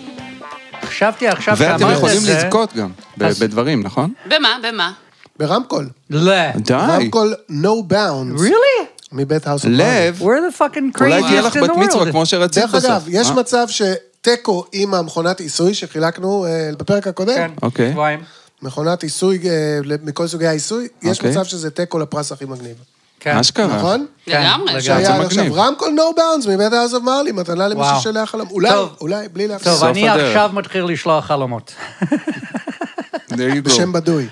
חשבתי עכשיו שאמרת את זה. ואתם יכולים לזכות גם ב- אז- בדברים, נכון? במה? במה? ברמקול. לא. די. רמקול No Bounds. Really? מבית האוס אוף לב, We're the fucking אולי תהיה לך craziest in בת the מצווה world. כמו שרצית דרך בסוף. אגב, יש אה? מצב שתיקו עם המכונת עיסוי שחילקנו אה, בפרק הקודם, כן, אוקיי. שבועיים. מכונת עיסוי אה, מכל סוגי העיסוי, יש אוקיי. מצב שזה תיקו לפרס הכי מגניב. כן. אשכרה. נכון? כן, לגמרי. לגמרי. זה שהיה עד עכשיו מגניב. רמקול נו באונס מבית האוס אוף מרלי, מתנה למי וואו. ששולח עליו, אולי, טוב. אולי, בלי להפסיק. טוב, סוף אני הדרך. עכשיו מתחיל לשלוח חלומות. There you go. בשם בדוי.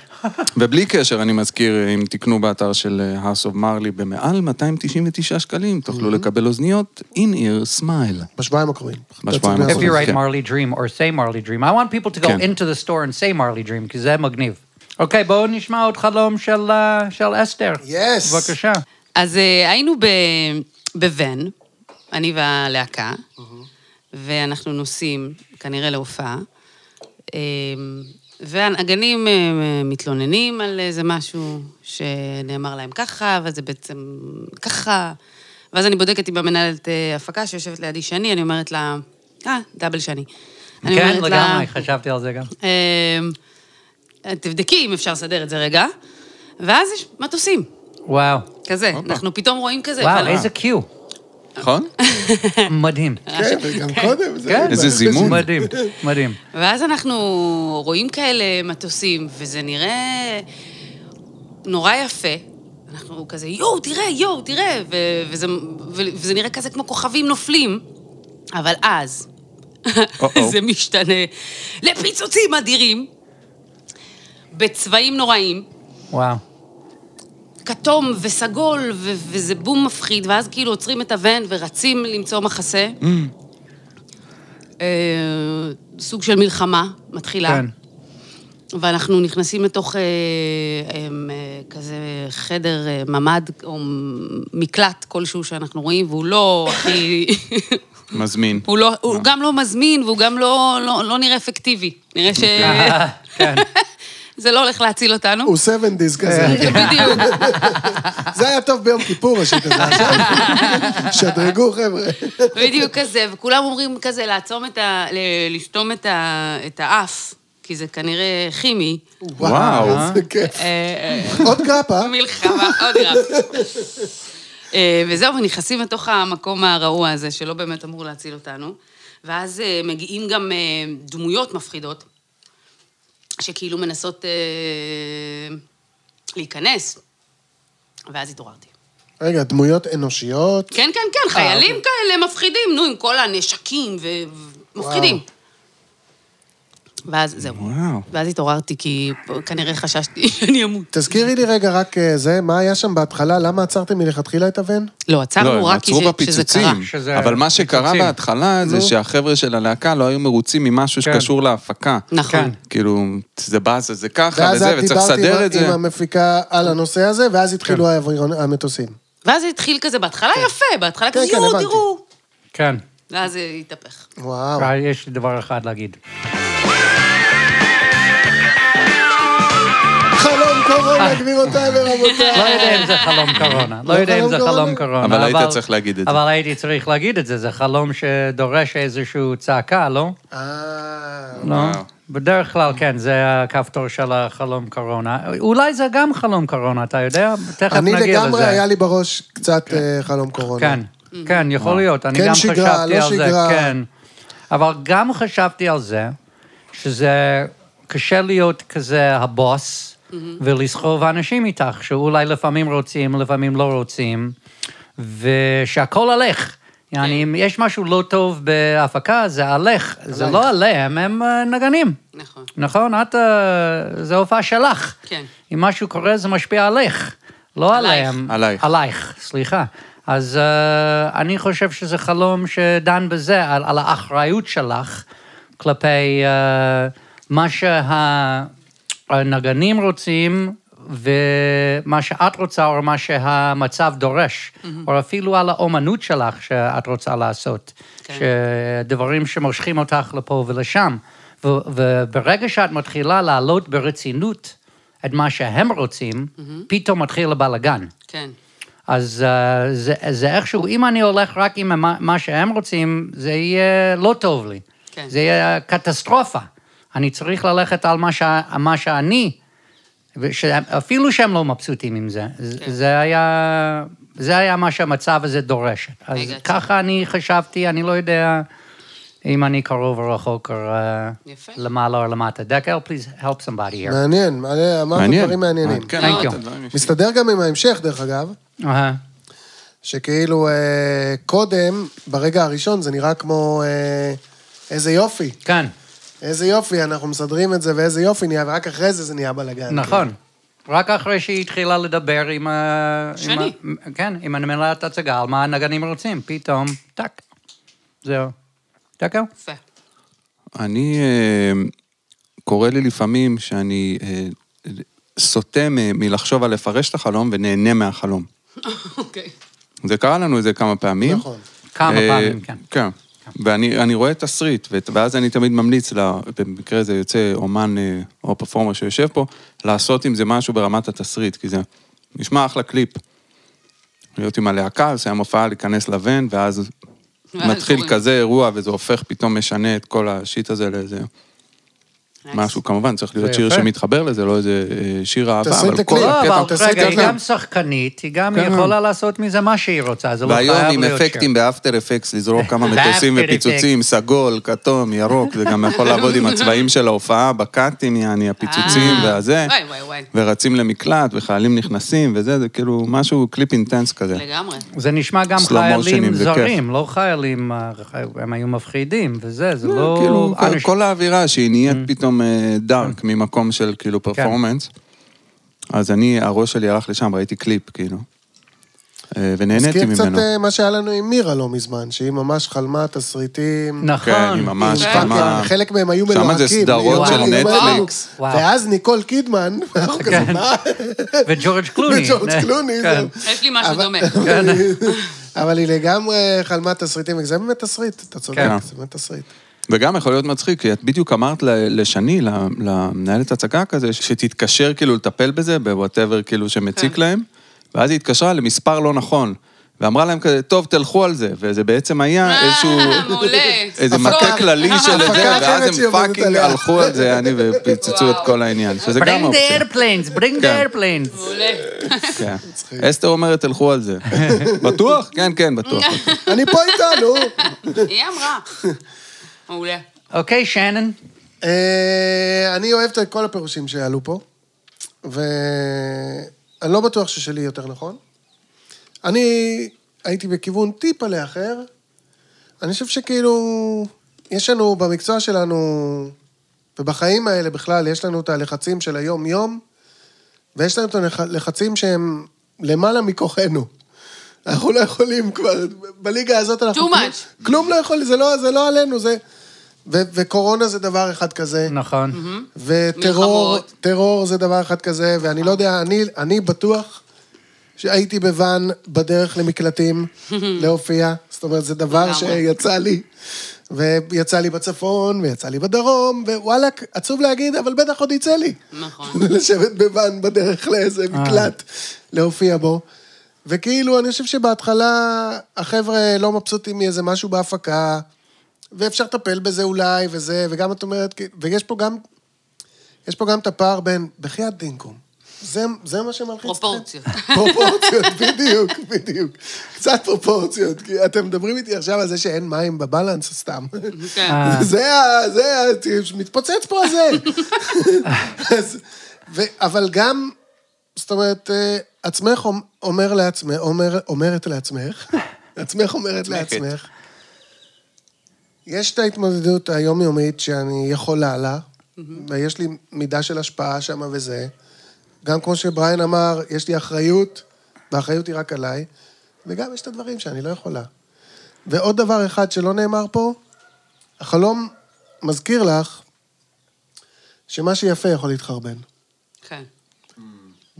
ובלי קשר, אני מזכיר, אם תקנו באתר של אה, House of Marley במעל 299 שקלים, תוכלו Mm-hmm. לקבל אוזניות in-ear smile. בשבועיים הקרובים. בשבועיים If הקרובים. you write כן. Marley Dream or say Marley Dream, I want people to go כן. into the store and say Marley Dream, כי זה מגניב. אוקיי, בואו נשמע עוד חלום של, אה, של אסתר. Yes. בבקשה. אז אה, היינו ב- בוון, אני והלהקה, ואנחנו נוסעים כנראה להופעה, אה, והנגנים אה, מתלוננים על איזה משהו שנאמר להם ככה, וזה בעצם ככה. ואז אני בודקת עם המנהלת אה, הפקה שיושבת לידי שני, אני אומרת לה, אה, דאבל שני. אני כן, אומרת לה, לגמרי, חשבתי על זה גם. "אה, אמ, תבדקי אם אפשר לסדר את זה רגע. ואז יש מטוסים, וואו. כזה. אנחנו פתאום רואים כזה. וואו, ואני- איזה קיו. נכון? מדהים. כן, וגם קודם. זה- כן. איזה זימון. מדהים, מדהים. ואז אנחנו רואים כאלה מטוסים, וזה נראה נורא יפה. אנחנו כזה, יואו, תראה, יואו, תראה, ו- וזה, ו- וזה נראה כזה כמו כוכבים נופלים. אבל אז, או-או. [laughs] זה משתנה לפיצוצים אדירים, בצבעים נוראים, וואו. כתום וסגול, ו- וזה בום מפחיד, ואז כאילו עוצרים את הוון ורצים למצוא מחסה. אה, סוג של מלחמה מתחילה. כן. ואנחנו נכנסים לתוך אה, אה, אה, כזה חדר אה, ממ"ד או מ- מקלט כלשהו שאנחנו רואים, והוא לא הכי... [laughs] מזמין. הוא, לא, הוא גם לא מזמין והוא גם לא, לא, לא נראה אפקטיבי. נראה ש... אה. אה. זה לא הולך להציל אותנו. הוא 70's כזה. [laughs] אה. בדיוק. זה היה טוב ביום כיפור, השיט הזה. [laughs] שדרגו, חבר'ה. בדיוק כזה, וכולם אומרים כזה לעצום את ה... ל- לסתום את, ה... את האף, כי זה כנראה כימי. וואו. איזה כיף. אה, עוד קראפ, אה? מלחמה, עוד רב. אה, וזהו, ונכנסים לתוך המקום הרעוע הזה, שלא באמת אמור להציל אותנו. ואז אה, מגיעים גם אה, דמויות מפחידות, שכאילו מנסות אה, להיכנס. ואז התעוררתי. רגע, דמויות אנושיות. כן, כן, אה, כן, חיילים אוקיי. כאלה מפחידים, נו, עם כל הנשקים ו... מפחידים. ואז זהו. וואו. ואז התעוררתי, כי כנראה חששתי [laughs] שאני אמות. תזכירי לי רגע רק אה, זה, מה היה שם בהתחלה? למה עצרתם מלכתחילה את הבן? לא, לא, עצרנו הם רק כי עצרו זה- שזה קרה. בפיצוצים, שזה אבל מה שקרה פיצוצים. בהתחלה זה שהחבר'ה של הלהקה לא היו מרוצים ממשהו כן. שקשור להפקה. נכון. כאילו, זה באסה, זה ככה, ואז וזה, את וצריך דיברת עם לסדר ה- את זה. כן. עם המפיקה על הנושא הזה, ואז התחילו האווירון- המטוסים. ואז זה התחיל כזה, בהתחלה יפה, בהתחלה כזה, כן, כן, יואו, הבנתי." תראו. [laughs] כן. ואז זה התהפך. וואו. אה, יש לי דבר אחד להגיד. חלום קורונה, אה. גבירותיי [laughs] לא ורבותיי. יודע אם זה חלום קורונה, לא יודע אם זה חלום חלום קורונה. קורונה. אבל היית צריך להגיד את זה. אבל הייתי צריך להגיד את זה, זה חלום שדורש איזושהי צעקה, לא? אה, לא. וואו. בדרך כלל כן, זה הכפתור של החלום קורונה. אולי זה גם חלום קורונה, אתה יודע? תכף אני נגיע לזה. לגמרי, היה לי בראש קצת אה, חלום קורונה. כן, כן, יכול להיות, אני כן גם שגרה, חשבתי לא על זה, שגרה. כן. אבל גם חשבתי על זה שזה קשה להיות כזה הבוס, Mm-hmm. ולסחוב אנשים איתך, שאולי לפעמים רוצים, לפעמים לא רוצים, ושהכול עליך. כן. יעני, אם יש משהו לא טוב בהפקה, זה עליך, זה לא עליהם, הם אה, נגנים. נכון. נכון? את, אה, זה הופעה שלך. כן. אם משהו קורה, זה משפיע עליך, לא עלייך. עליהם. עלייך. עלייך, סליחה. אז uh, אני חושב שזה חלום שדן בזה, על, על האחריות שלך כלפי uh, מה שהנגנים רוצים ומה שאת רוצה או מה שהמצב דורש, mm-hmm. או אפילו על האומנות שלך שאת רוצה לעשות. כן. ש... דברים שמושכים אותך לפה ולשם. ו- וברגע שאת מתחילה להעלות ברצינות את מה שהם רוצים, פתאום מתחיל הבלאגן. כן. אז uh, זה, זה איכשהו, אם אני הולך רק עם מה, מה שהם רוצים, זה יהיה לא טוב לי. כן. זה יהיה קטסטרופה. אני צריך ללכת על מה, ש, מה שאני, וש, אפילו שהם לא מבסוטים עם זה. כן. כן. זה, היה, זה היה מה שהמצב הזה דורש. אז רגע, ככה אני חשבתי, אני לא יודע אם אני קרוב או רחוק, או אה, יפה. למעלה או למטה. דקל, please help somebody here. מעניין, מעניין, אמרת מעניין. דברים מעניינים. כן, Thank אמרת you. דברים יפים. מסתדר גם עם ההמשך, דרך אגב, אהה. שכאילו אה, קודם, ברגע הראשון, זה נראה כמו אה, איזה יופי, כן, איזה יופי, אנחנו מסדרים את זה ואיזה יופי נהיה, ורק אחרי זה זה נהיה בלאגן. נכון. רק אחרי שהיא התחילה לדבר עם ה... עם שני. ה- כן, עם הנמלת הצגה, על מה הנגנים רוצים, פתאום, טאק. זהו. דקל? יפה. [laughs] אני, אה, קורה לי לפעמים שאני אה, סוטה מ- מלחשוב על לפרש את החלום ונהנה מהחלום. אוקיי. זה קרה לנו איזה כמה פעמים. נכון. כמה אה, פעמים, כן. כן. ואני אני רואה תסריט, ואת- ואז אני תמיד ממליץ, לה, במקרה זה יוצא אומן אה, או פרפורמר שיושב פה, לעשות עם זה משהו ברמת התסריט, כי זה נשמע אחלה קליפ. להיות עם הלהקה, לסיים הופעה, להיכנס לבן, ואז ואז מתחיל קורה. כזה אירוע, וזה הופך, פתאום משנה את כל השיט הזה לאיזה Nice. משהו. כמובן, צריך להיות זה שיר יפה. שמתחבר לזה, לא איזה אה, שיר אהבה, תסריט אבל הקליפ. כל לא, הקטע הוא אבל תעשי רגע, את היא זה. גם שחקנית, היא גם כן. יכולה לעשות מזה מה שהיא רוצה, זה לא חייב להיות והיום שיר. עם אפקטים באפטר [laughs] אפקס, לזרוק כמה מטוסים באפטר ופיצוצים, סגול, כתום, ירוק, זה גם יכול [laughs] לעבוד עם הצבעים של ההופעה, בקאטים, יעני, הפיצוצים אה, והזה, וואי, וואי, וואי. ורצים למקלט, וחיילים נכנסים וזה, זה כאילו משהו, קליפ אינטנס כזה. לגמרי. זה נשמע גם slow motionים, חיילים זה כיף. זרים, לא חיילים, אה, הם היו מפחידים, וזה, זה לא... כאילו, כל- אנשים- כל האווירה שהיא נהיית Mm. פתאום דארק ממקום של כאילו כן. פרפורמנס. אז אני, הראש שלי הלך לשם, ראיתי קליפ, כאילו. אה, ונהניתי הזכיר קצת ממנו. אה, מה שהיה לנו עם מירה לא מזמן, שהיא ממש חלמה תסריטים. נכון. כן, היא ממש עם כן. כמה... פאקינג, חלק מהם היו שמה זה מלוהקים. סדרות היא של אומרת, נטפליקס. וואו. וואו. ואז ניקול קידמן, [laughs] ואנחנו כזה, כן. מה? [laughs] וג'ורג' קלוני. וג'ורג' קלוני. כן. זה- אה, יש לי משהו אבל- דומה. אבל היא לגמרי חלמה תסריטים, זה באמת תסריט, אתה צודק, כן. זה באמת תסריט. וגם יכול להיות מצחיק, כי את בדיוק אמרת ל- לשני, ל- למנהלת הצגה כזה, שתתקשר כאילו לטפל בזה, בוואטאבר כאילו שמציק להם, ואז היא התקשרה למספר לא נכון, ואמרה להם כזה, טוב, תלכו על זה, וזה בעצם היה איזשהו... אה, מעולה. [laughs] איזה מטה הפקה. כללי של הפקה זה, ואז אחרת שהיא הם עובדת פאקינג עליה. הלכו על זה, אני, ופיצצו את וואו. כל העניין, שזה גם Bring the אופציה. airplanes, bring the כן. airplanes. [laughs] מעולה. כן. אסתר אומרת, תלכו על זה. בטוח? כן, כן, בטוח. בטוח. אני פה איתנו. היא אמרה. מעולה. אוקיי, שנן. אה, אני אוהב את כל הפירושים שעלו פה, ואני לא בטוח ששלי יותר נכון. אני הייתי בכיוון טיפה לאחר. אני חושב שכאילו, יש לנו במקצוע שלנו, ובחיים האלה בכלל, יש לנו את הלחצים של היום-יום, ויש לנו את הלחצים שהם למעלה מכוחנו. אנחנו לא יכולים כבר, בליגה הזאת אנחנו... Too כלום- much. כלום לא יכול, זה לא, זה לא עלינו, זה... ו- וקורונה זה דבר אחד כזה. נכון. Mhm. וטרור, מלחמות. טרור זה דבר אחד כזה, ואני לא יודע, אני, אני בטוח שהייתי בוואן בדרך [laughs] למקלטים להופיע, זאת אומרת, זה דבר לגמרי. שיצא לי, ויצא לי בצפון, ויצא לי בדרום, ווואלכ, עצוב להגיד, אבל בטח עוד יצא לי. נכון. [laughs] לשבת בוואן בדרך לאיזה מקלט להופיע בו. וכאילו, אני חושב שבהתחלה החבר'ה לא מבסוטים מאיזה משהו בהפקה, ואפשר לטפל בזה אולי, וזה, וגם את אומרת, כי- ויש פה גם, יש פה גם את הפער בין, בחייאת דינקום. זה, זה מה שמלחיץ אתכם? פרופורציות. פרופורציות, בדיוק, בדיוק. קצת פרופורציות, כי אתם מדברים איתי עכשיו על זה שאין מים בבלנס סתם. כן. זה ה... זה ה... מתפוצץ פה הזה. אז- ו- אבל גם, זאת אומרת, אה, עצמך אומ- אומר לעצמך, אומרת לעצמך, עצמך אומרת לעצמך, יש את ההתמודדות היומיומית שאני יכולה לה, ויש לי מידה של השפעה שם וזה. גם כמו שבריין אמר, יש לי אחריות, והאחריות היא רק עליי, וגם יש את הדברים שאני לא יכולה. ועוד דבר אחד שלא נאמר פה, החלום מזכיר לך שמה שיפה יכול להתחרבן. כן.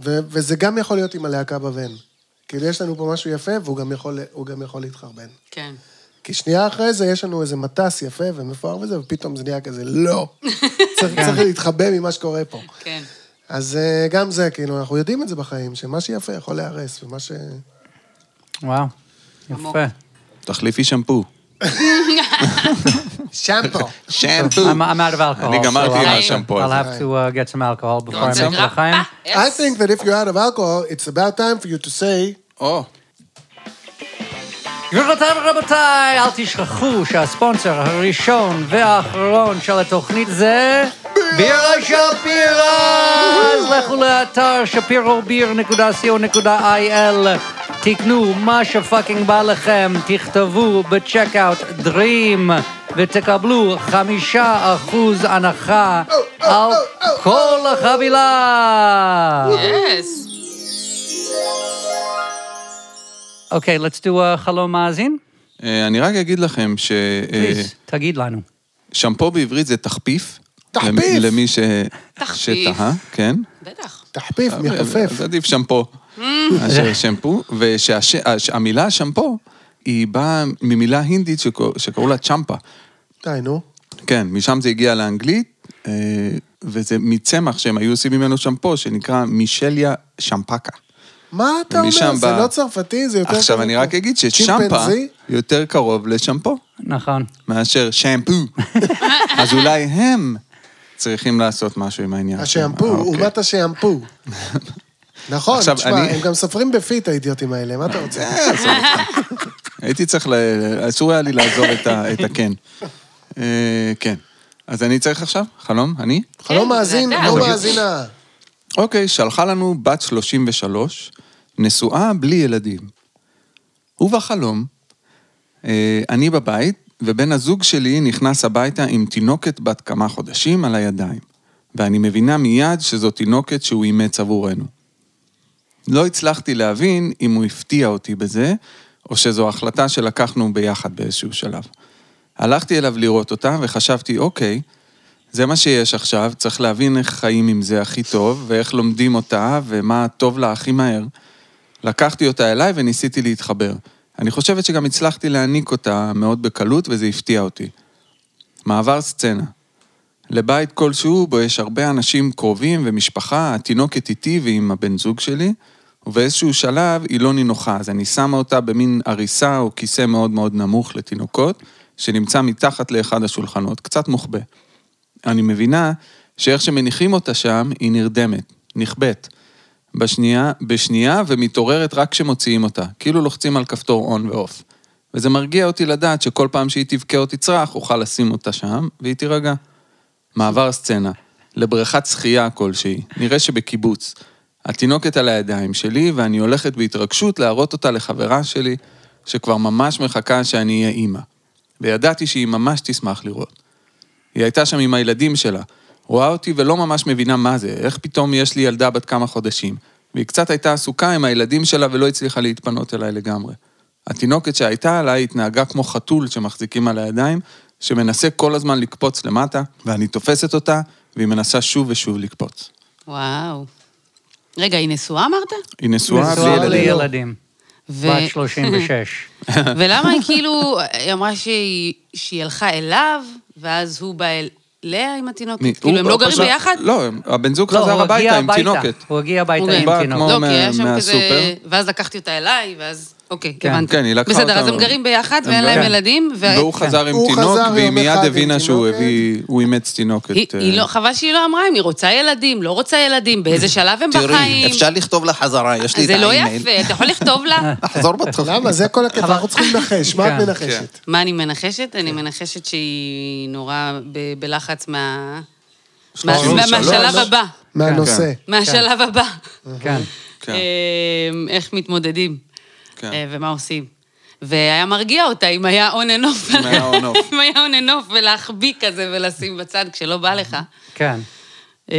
ו- וזה גם יכול להיות עם הלהקה בבן. כאילו, יש לנו פה משהו יפה, והוא גם יכול, הוא גם יכול להתחרבן. כן. כי שנייה אחרי זה יש לנו איזה מטס יפה ומפואר וזה, ופתאום זה נהיה כזה, לא. צריך, צריך להתחבא ממה שקורה פה. כן. אז אה, גם זה, כאילו, אנחנו יודעים את זה בחיים, שמה שיפה יכול להיהרס, ומה ש... וואו, עמוק. יפה. תחליפי שמפו. שמפו. [laughs] שמפו. I'm, I'm out of alcohol. אני [laughs] גמרתי עם I'll- השמפו I'll הזה. have to uh, get some alcohol before I want make some? l'chaim. I think that if you're out of alcohol, it's about time for you to say... או, גבירותיי ורבותיי, אל תשכחו שהספונסר הראשון והאחרון של התוכנית זה... בירה שפירא! אז לכו לאתר שפירוביר.co.il, תקנו מה שפאקינג בא לכם, תכתבו בצ'קאוט Dream ותקבלו חמישה אחוז הנחה על כל החבילה! יס. אוקיי, let's do a חלום מאזין. אה, אני רק אגיד לכם ש... אה, פליז, תגיד לנו. שמפו בעברית זה תחפיף. תחפיף! למי- למי ש... תחפיף. שתהה, כן. בטח. תחפיף, אה, מחופף. אז עדיף שמפו. Mm. מאשר שמפו, ושהמילה שמפו, היא באה ממילה הינדית שקו- שקראו לה צ'מפה. אה. די, נו. כן, משם זה הגיע לאנגלית, אה, וזה מצמח שהם היו עושים ממנו שמפו, שנקרא מישליה שמפקה. מה אתה אומר? ומשם זה בא- לא צרפתי, זה יותר... עכשיו, כזה אני כמו- רק אגיד ששמפה צ'ימפנזי? יותר קרוב לשמפו נכון. מאשר שמפו. אז אולי הם צריכים לעשות משהו עם העניין. הזה. השמפו, אה, אוקיי. אומת השמפו. נכון, עכשיו, תשמע, אני- אה, הם גם סופרים בפיט, האידיוטים האלה, מה אתה רוצה? הייתי צריך, ל- אסור היה לי לעזוב את ה- את הכן. אה, כן. אז אני צריך עכשיו? חלום? אני? חלום זה מאזין, אתה. לא בדיוק. מאזינה. אוקיי, שלחה לנו בת 33, נשואה בלי ילדים. ובחלום, אה, אני בבית, ובן הזוג שלי נכנס הביתה עם תינוקת בת כמה חודשים על הידיים. ואני מבינה מיד שזו תינוקת שהוא אימץ עבורנו. לא הצלחתי להבין אם הוא הפתיע אותי בזה, או שזו החלטה שלקחנו ביחד באיזשהו שלב. הלכתי אליו לראות אותה וחשבתי, אוקיי, זה מה שיש עכשיו, צריך להבין איך חיים עם זה הכי טוב, ואיך לומדים אותה, ומה טוב לה הכי מהר. לקחתי אותה אליי וניסיתי להתחבר. אני חושבת שגם הצלחתי להעניק אותה מאוד בקלות, וזה הפתיע אותי. מעבר סצנה. לבית כלשהו בו יש הרבה אנשים קרובים ומשפחה, התינוקת איתי ועם הבן זוג שלי, ובאיזשהו שלב היא לא נינוחה, אז אני שמה אותה במין עריסה או כיסא מאוד מאוד נמוך לתינוקות, שנמצא מתחת לאחד השולחנות, קצת מוחבא. אני מבינה שאיך שמניחים אותה שם, היא נרדמת, נכבדת. בשנייה, בשנייה ומתעוררת רק כשמוציאים אותה, כאילו לוחצים על כפתור און ואוף. וזה מרגיע אותי לדעת שכל פעם שהיא תבכה או תצרח, אוכל לשים אותה שם, והיא תירגע. מעבר סצנה, לבריכת שחייה כלשהי, נראה שבקיבוץ. התינוקת על הידיים שלי, ואני הולכת בהתרגשות להראות אותה לחברה שלי, שכבר ממש מחכה שאני אהיה אימא. וידעתי שהיא ממש תשמח לראות. היא הייתה שם עם הילדים שלה. רואה אותי ולא ממש מבינה מה זה, איך פתאום יש לי ילדה בת כמה חודשים. והיא קצת הייתה עסוקה עם הילדים שלה ולא הצליחה להתפנות אליי לגמרי. התינוקת שהייתה עליי התנהגה כמו חתול שמחזיקים על הידיים, שמנסה כל הזמן לקפוץ למטה, ואני תופסת אותה, והיא מנסה שוב ושוב לקפוץ. וואו. רגע, היא נשואה אמרת? היא נשואה נשואה בלי בלי ילדים. ילדים. ו- בת 36. [laughs] ולמה היא כאילו, היא אמרה שהיא שהיא הלכה אליו, ואז הוא בא אליה עם מי- התינוקת? הוא- כאילו, הם לא הוא גרים פשוט- ביחד? לא, הם- הבן זוג לא, חזר הוא הגיע הביתה עם הביתה. תינוקת. הוא הגיע הביתה הוא עם בא כמו- תינוקת. לא, כי אוקיי, היה שם כזה... מהסופר. ואז לקחתי אותה אליי, ואז... אוקיי, כן, הבנתי. כן, היא לקחה בסדר, אז אותנו. הם גרים ביחד הם ואין גרים. להם ילדים, וה- והוא כן. חזר עם הוא תינוק, חזר והיא יום מיד אחד עם הבינה שהוא תינוקת. הביא, הוא אימץ תינוקת. היא- היא אה, לא, חבל שהיא לא אמרה אם היא רוצה ילדים, לא רוצה ילדים, באיזה שלב הם בחיים. אפשר לכתוב לה חזרה, יש לי את זה לא האימייל. יפה, אתה יכול לכתוב [laughs] לה? תחזור בתוכנית. למה? זה כל הקטע, אנחנו צריכים לנחש, מה את כן. מנחשת? מה אני מנחשת? כן. אני מנחשת שהיא נורא ב- בלחץ מה... כן. מה- שלוש, מה- שלוש. מהשלב הבא. מהנושא. מהשלב הבא. כן. כן. אה, איך מתמודדים. כן. אה, ומה עושים. והיה מרגיע אותה אם היה און אנ אוף. אם היה on off. [laughs] אם היה און אנ אוף ולהחביא כזה ולשים בצד כשלא בא לך. Mm-hmm. כן. אה,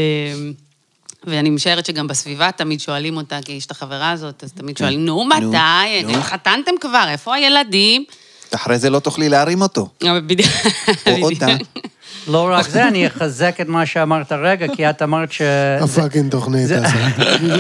ואני משערת שגם בסביבה תמיד שואלים אותה, כי יש את החברה הזאת, אז כן. תמיד שואלים, נו, מתי? התחתנתם כבר, איפה הילדים? אחרי זה לא תוכלי להרים אותו. אבל בדיוק. או [laughs] אותה. לא רק זה, אני אחזק את מה שאמרת הרגע, כי את אמרת ש... הפאקינג לא תוכנית זה- הזאת.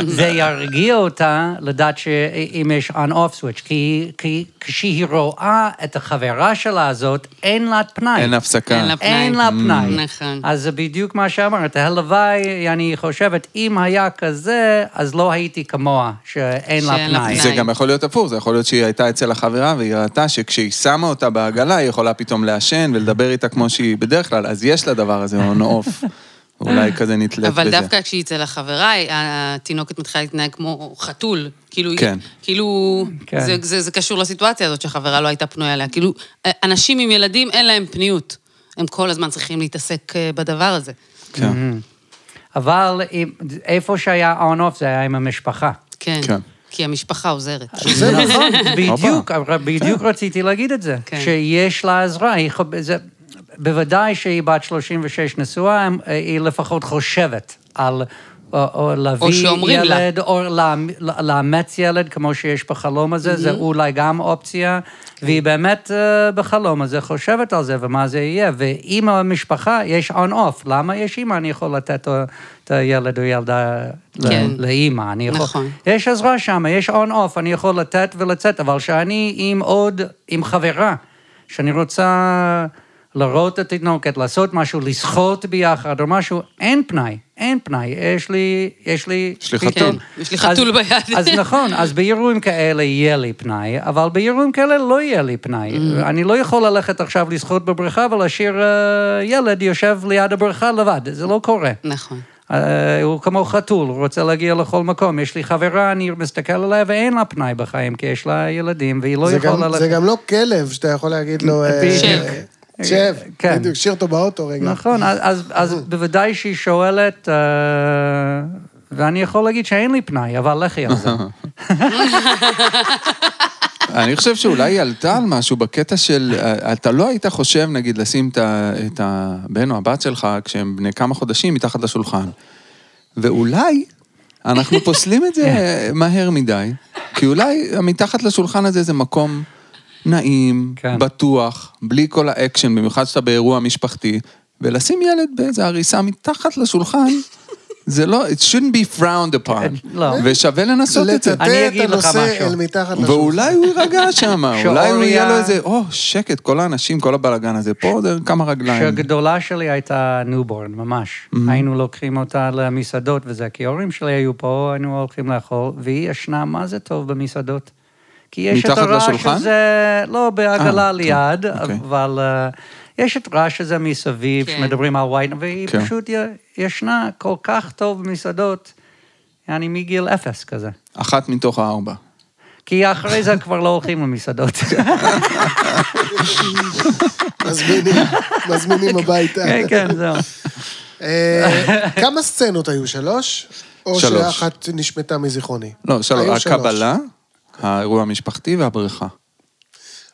זה ירגיע אותה לדעת שאם יש on-off switch, כי, כי כשהיא רואה את החברה שלה הזאת, אין לה פנאי. אין הפסקה. אין לה- אין לה פנאי. נכון. אז זה בדיוק מה שאמרת. הלוואי, אני חושבת, אם היה כזה, אז לא הייתי כמוה, שאין לה שאין לה פנאי. פנאי. זה גם יכול להיות הפוך, זה יכול להיות שהיא הייתה אצל החברה והיא ראתה שכשהיא שמה אותה בעגלה, היא יכולה פתאום לעשן ולדבר איתה כמו שהיא בדרך כלל, אז יש לדבר הזה הון [laughs] אוף. אולי כזה נתלת בזה. אבל דווקא כשהיא אצל החברה, התינוקת מתחילה להתנהג כמו חתול. כאילו, כן. כאילו, כן. זה, זה, זה קשור לסיטואציה הזאת שהחברה לא הייתה פנויה אליה. כאילו, אנשים עם ילדים, אין להם פניות. הם כל הזמן צריכים להתעסק אה, בדבר הזה. כן, Mm-hmm. אבל אם- איפה שהיה on-off זה היה עם המשפחה. כן. כן. כי המשפחה עוזרת. זה נכון, בדיוק, הופה. אבל בדיוק רציתי להגיד את זה, כן. שיש לה עזרה, היא חו- זה- בוודאי שהיא בת 36 נשואה, הם- היא לפחות חושבת על... או, או להביא שאומרים לה. ילד, או לאמ- לאמץ ילד, כמו שיש בחלום הזה, זה אולי גם אופציה, והיא באמת אה, בחלום הזה חושבת על זה, ומה זה יהיה. ועם המשפחה יש on-off, למה יש אימא, אני יכול לתת אה, את הילד או ילדה ל- כן. לאימא, אני יכול... נכון. יש עזרה שם, יש און-אוף, אני יכול לתת ולצאת, אבל שאני עם עוד, עם חברה, שאני רוצה לראות את התינוקת, לעשות משהו, לשחות ביחד או משהו, אין פנאי, אין פנאי. יש לי, יש לי... יש לי חתול. פתאום- כן, יש לי חתול אז- ביד. אז נכון, אז באירועים כאלה יהיה לי פנאי, אבל באירועים כאלה לא יהיה לי פנאי. Mm. אני לא יכול ללכת עכשיו לשחות בבריכה ולהשאיר אה, ילד יושב ליד הבריכה לבד, זה לא קורה. נכון. אה, הוא כמו חתול, הוא רוצה להגיע לכל מקום. יש לי חברה, אני מסתכל עליה ואין לה פנאי בחיים, כי יש לה ילדים, והיא [laughs] לא זה יכולה... גם- ללכת- זה גם לא כלב שאתה יכול להגיד לו... אה, בדיוק. אה, שב. כן. בדיוק, שיר אותו באוטו רגע. נכון, אז- אז- אז בוודאי שהיא שואלת, אה, ואני יכול להגיד שאין לי פנאי, אבל לכי על זה. אני חושב שאולי היא עלתה על משהו בקטע של, אה, אתה לא היית חושב, נגיד, לשים את ה- את הבן או הבת שלך, כשהם בני כמה חודשים, מתחת לשולחן. ואולי אנחנו פוסלים [laughs] את כן. זה מהר מדי, כי אולי מתחת לשולחן הזה זה מקום נעים, כן. בטוח, בלי כל האקשן, במיוחד שאתה באירוע משפחתי, ולשים ילד באיזה הריסה מתחת לשולחן, זה לא, it shouldn't be frowned upon. לא. ושווה לנסות את זה. לטאטא אני את אגיד לך הנושא משהו. אל מתחת לשולחן. ואולי הוא יירגע שם, אולי הוא שאוריה- יהיה לו איזה, או, שקט, כל האנשים, כל הבלאגן הזה, פה עוד כמה רגליים. כשהגדולה שלי הייתה נובורן, ממש. Mm-hmm. היינו לוקחים אותה למסעדות וזה, כי ההורים שלי היו פה, היינו הולכים לאכול, והיא ישנה מה זה טוב במסעדות. כי יש את מתחת הרעש לשולחן? הזה, לא, בעגלה אה, טוב, ליד, אוקיי. אבל אה, יש את רעש הזה מסביב, כן. שמדברים על ווייד, והיא כן. פשוט י- ישנה כל כך טוב במסעדות, אני מגיל אפס כזה. אחת מתוך הארבע. כי אחרי [laughs] זה כבר לא הולכים למסעדות. [laughs] מזמינים, [laughs] מזמינים הביתה. כן, כן, זהו. אה, כמה סצנות היו? שלוש? או שלוש. שאחת נשמטה מזיכרוני? לא, היו שלוש, הקבלה, האירוע המשפחתי והבריכה.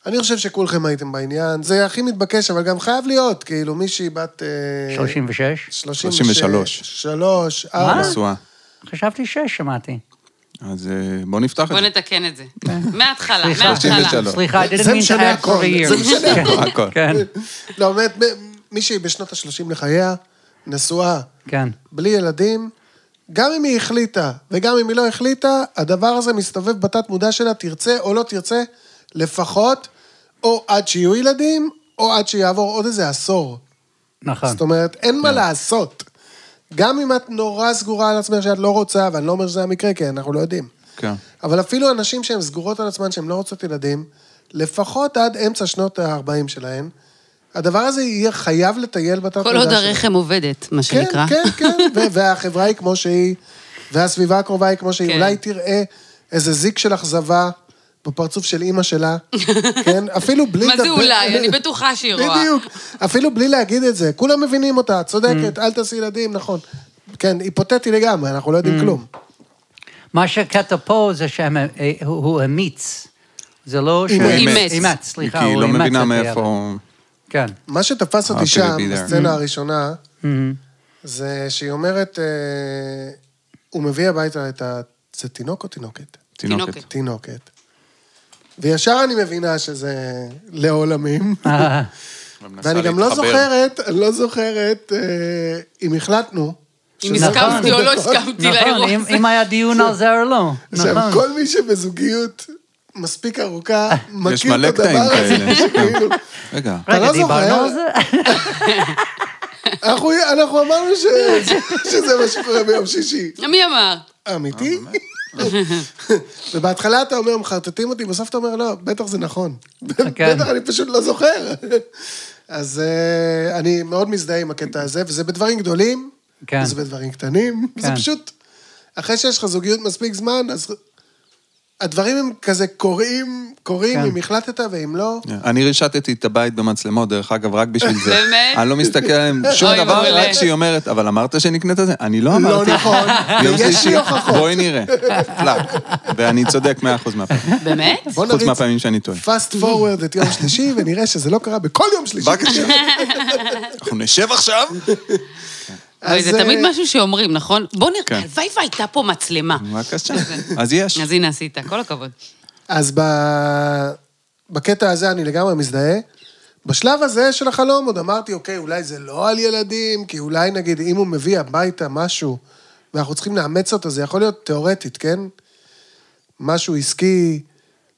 אני חושב שכולכם הייתם בעניין. זה הכי מתבקש, אבל גם חייב להיות. כאילו, מישהי בת... אה, 36? 33. 3, 4. נשואה. חשבתי שש, שמעתי. אז אה, בוא נפתח את בוא זה. נתקן את זה. מההתחלה, שלושים מההתחלה. ושלוש. סליחה, I didn't לא. זה mean to משנה act הכל, for a year. זה משנה הכל. הכל. כן, לא, באמת, מ- מישהי בשנות ה-30 לחייה, נשואה, כן. בלי ילדים, גם אם היא החליטה וגם אם היא לא החליטה, הדבר הזה מסתובב בתת מודע שלה, תרצה או לא תרצה, לפחות, או עד שיהיו ילדים, או עד שיעבור עוד איזה עשור. נכון. זאת אומרת, אין מה לעשות. גם אם את נורא סגורה על עצמך שאת לא רוצה, ואני לא אומר שזה המקרה, כי אנחנו לא יודעים. כן. אבל אפילו הנשים שהן סגורות על עצמן, שהן לא רוצות ילדים, לפחות עד אמצע שנות ה-40 שלהן, הדבר הזה יהיה חייב לטייל בתת כל עוד הרחם עובדת, מה כן, שנקרא. כן, כן, ו- והחברה היא כמו שהיא, והסביבה הקרובה היא כמו שהיא. כן. אולי תראה איזה זיק של אכזבה בפרצוף של אימא [laughs] שלה, כן? אפילו בלי... מה זה לדבר- אולי? אני בטוחה שהיא רואה. בדיוק. אפילו בלי להגיד את זה. כולם מבינים אותה, את Mm. צודקת, אל תעשי ילדים, נכון. כן, היפותטי לגמרי, אנחנו לא Mm. יודעים כלום. מה שהקטע פה זה אה, שהוא אמיץ. זה לא ש... הוא אימץ. אימץ, סליחה, כי הוא היא אימץ לא את מבינה זה, מאיפה... אבל- הוא- כן. מה שתפס Happy אותי to שם, be there. Mm-hmm. בסצנה הראשונה, מהמם. זה שהיא אומרת, אה, הוא מביא הביתה את ה... זה תינוק או תינוקת? תינוקת. תינוקת. תינוקת. וישר אני מבינה שזה [laughs] לעולמים. אה, ומנסה ואני גם לא להתחבר. זוכרת, לא זוכרת אה, אם החלטנו. [laughs] אם שזה- הסכמתי או לא נכון. הסכמתי נכון, לאירוע אם- הזה. אם היה דיון על זה או לא. עכשיו, נכון. כל מי שבזוגיות מספיק [laughs] ארוכה, מכיר את מלא הדבר קטעים הזה. כאילו, כאלה. שכאילו, רגע, אתה לא רגע, דיברנו זוכר? על זה? אנחנו אנחנו אמרנו [laughs] ש- שזה מה שקורה ביום שישי. מי אמר? אמיתי? [laughs] ובהתחלה אתה אומר, מחרטטים אותי, בסוף אתה אומר, לא, בטח זה נכון. כן. [laughs] בטח, אני פשוט לא זוכר. [laughs] אז אה, אני מאוד מזדהה עם הקטע הזה, וזה בדברים גדולים, כן. וזה בדברים קטנים, [laughs] זה כן. פשוט, אחרי שיש לך זוגיות מספיק זמן, אז הדברים הם כזה קורים, קורים, כן. אם החלטת ואם לא. אני רישתתי את הבית במצלמות, דרך אגב, רק בשביל זה. באמת? אני לא מסתכל עליהם שום אוי, דבר, מעולה. רק שהיא אומרת, אבל אמרת שנקנית את זה? אני לא אמרתי. לא נכון, יום ויש לי שלישי, הוכחות. בואי נראה. פלאק. ואני צודק 100% מהפעמים. באמת? בוא חוץ נריץ מהפעמים שאני טועה. fast forward את יום שלישי, ונראה שזה לא קרה בכל יום שלישי. בבקשה. אנחנו נשב עכשיו? אוי, אז, זה תמיד אה, משהו שאומרים, נכון? בוא כן. נראה, הלוואי והייתה פה מצלמה. [laughs] בבקשה. אז יש. אז הנה עשית, כל הכבוד. אז ב... בקטע הזה אני לגמרי מזדהה. בשלב הזה של החלום עוד אמרתי, אוקיי, אולי זה לא על ילדים, כי אולי נגיד אם הוא מביא הביתה משהו ואנחנו צריכים לאמץ אותו, זה יכול להיות תיאורטית, כן? משהו עסקי,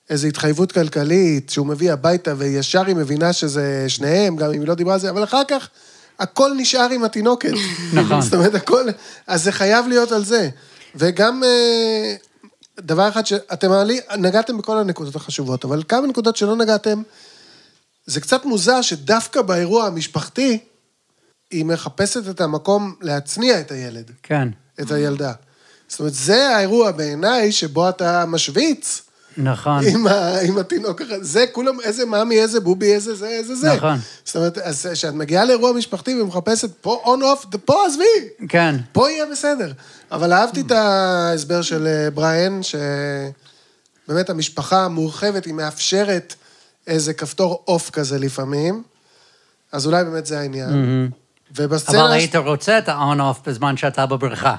איזו התחייבות כלכלית שהוא מביא הביתה וישר היא מבינה שזה שניהם, גם אם היא לא דיברה על זה, אבל אחר כך הכל נשאר עם התינוקת. נכון. זאת אומרת, הכל... אז זה חייב להיות על זה. וגם אה, דבר אחד שאתם מעלי, נגעתם בכל הנקודות החשובות, אבל כמה נקודות שלא נגעתם, זה קצת מוזר שדווקא באירוע המשפחתי, היא מחפשת את המקום להצניע את הילד. כן, את הילדה. זאת אומרת, זה האירוע בעיניי שבו אתה משוויץ נכון. עם, ה, עם התינוק החדש. זה כולם, איזה מאמי, איזה בובי, איזה זה, איזה זה. נכון. זאת אומרת, אז כשאת מגיעה לאירוע משפחתי ומחפשת פה און-אוף, פה עזבי, כן. פה יהיה בסדר. אבל אהבתי את ההסבר של אה, בריאן, שבאמת המשפחה המורחבת, היא מאפשרת איזה כפתור עוף כזה לפעמים, אז אולי באמת זה העניין. ובסצנה... אבל היית רוצה את ה-on-off בזמן שאתה [laughs] בבריכה.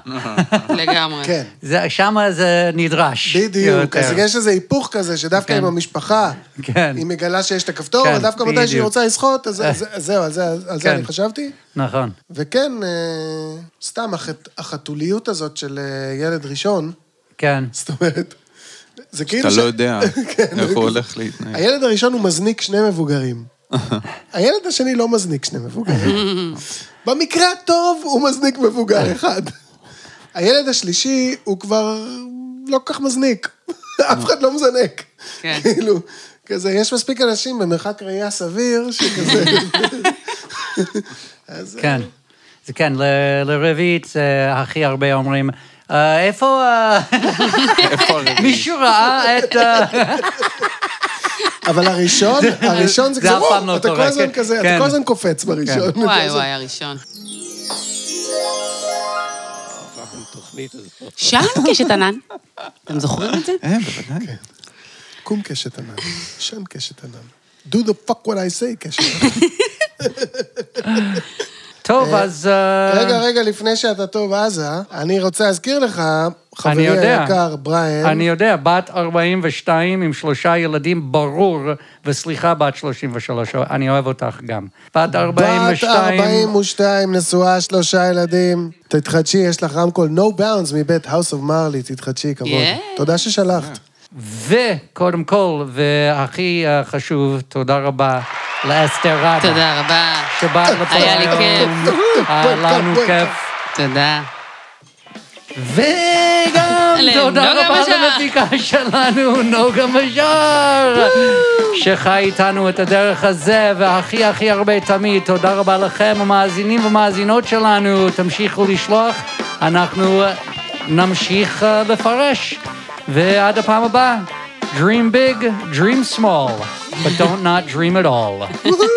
לגמרי. כן. זה- שמה זה נדרש. בדיוק, יותר. אז יש איזה היפוך כזה, שדווקא כן. עם המשפחה, כן. היא מגלה שיש את הכפתור, כן, אבל דווקא מתי שהיא בדיוק. רוצה לשחות, [laughs] אז אז- אז זהו, על זה- על זה כן. אני חשבתי. נכון. וכן, אה, סתם החת- החתוליות הזאת של אה, ילד ראשון, כן. זאת אומרת, זה כאילו... אתה ש- לא יודע [laughs] כן, איך הוא הולך אה. להתנהג. הילד הראשון הוא מזניק שני [laughs] מבוגרים. הילד השני לא מזניק שני מבוגרים. [laughs] במקרה הטוב הוא מזניק אה. מבוגר אחד. הילד השלישי הוא כבר לא כל כך מזניק. אה. אף אחד לא מזנק. כן. [laughs] כאילו, כזה, יש מספיק אנשים במרחק ראייה סביר, [laughs] שכזה... אז... כן. זה כן, ל- לרביעית זה הכי הרבה אומרים, "אה, איפה... [laughs] ה-" מישהו ראה את... אה, ה-" אבל הראשון, הראשון זה [laughs] זה כזה, אף פעם "וואו", לא אתה כל קורה, הזמן כן. כזה, אתה כן. כל הזמן קופץ בראשון. כן. [laughs] וואי, וואי, הראשון. שם קשת ענן. אתם זוכרים את זה? אה, בוודאי. קום קשת ענן, שן קשת ענן. Do the fuck what I say קשת ענן. טוב, אז... אה, רגע, רגע, לפני שאתה טוב עזה, אני רוצה להזכיר לך, חברי יודע. היקר, בריאן, אני יודע, בת 42 עם שלושה ילדים, ברור, וסליחה, בת 33, אני אוהב אותך גם. בת בת 42... 42, נשואה, שלושה ילדים. תתחדשי, יש לך רמקול No Bounds מבית House of Marley, תתחדשי, כבוד. Yeah. תודה ששלחת. וקודם כל, והכי אה, חשוב, תודה רבה לאסתר רדה. תודה רבה. שבאת לפה היה לי היום. כיף. היה לנו כיף. כיף. תודה. וגם אלן, תודה לא גם רבה השעה. המפיקה שלנו, נוגה מז'אר, שחי איתנו את הדרך הזה, והכי הכי הרבה תמיד. תודה רבה לכם, המאזינים והמאזינות שלנו. תמשיכו לשלוח, אנחנו נמשיך אה, לפרש. ועד הפעם הבאה, Dream big, dream small, but don't not dream at all.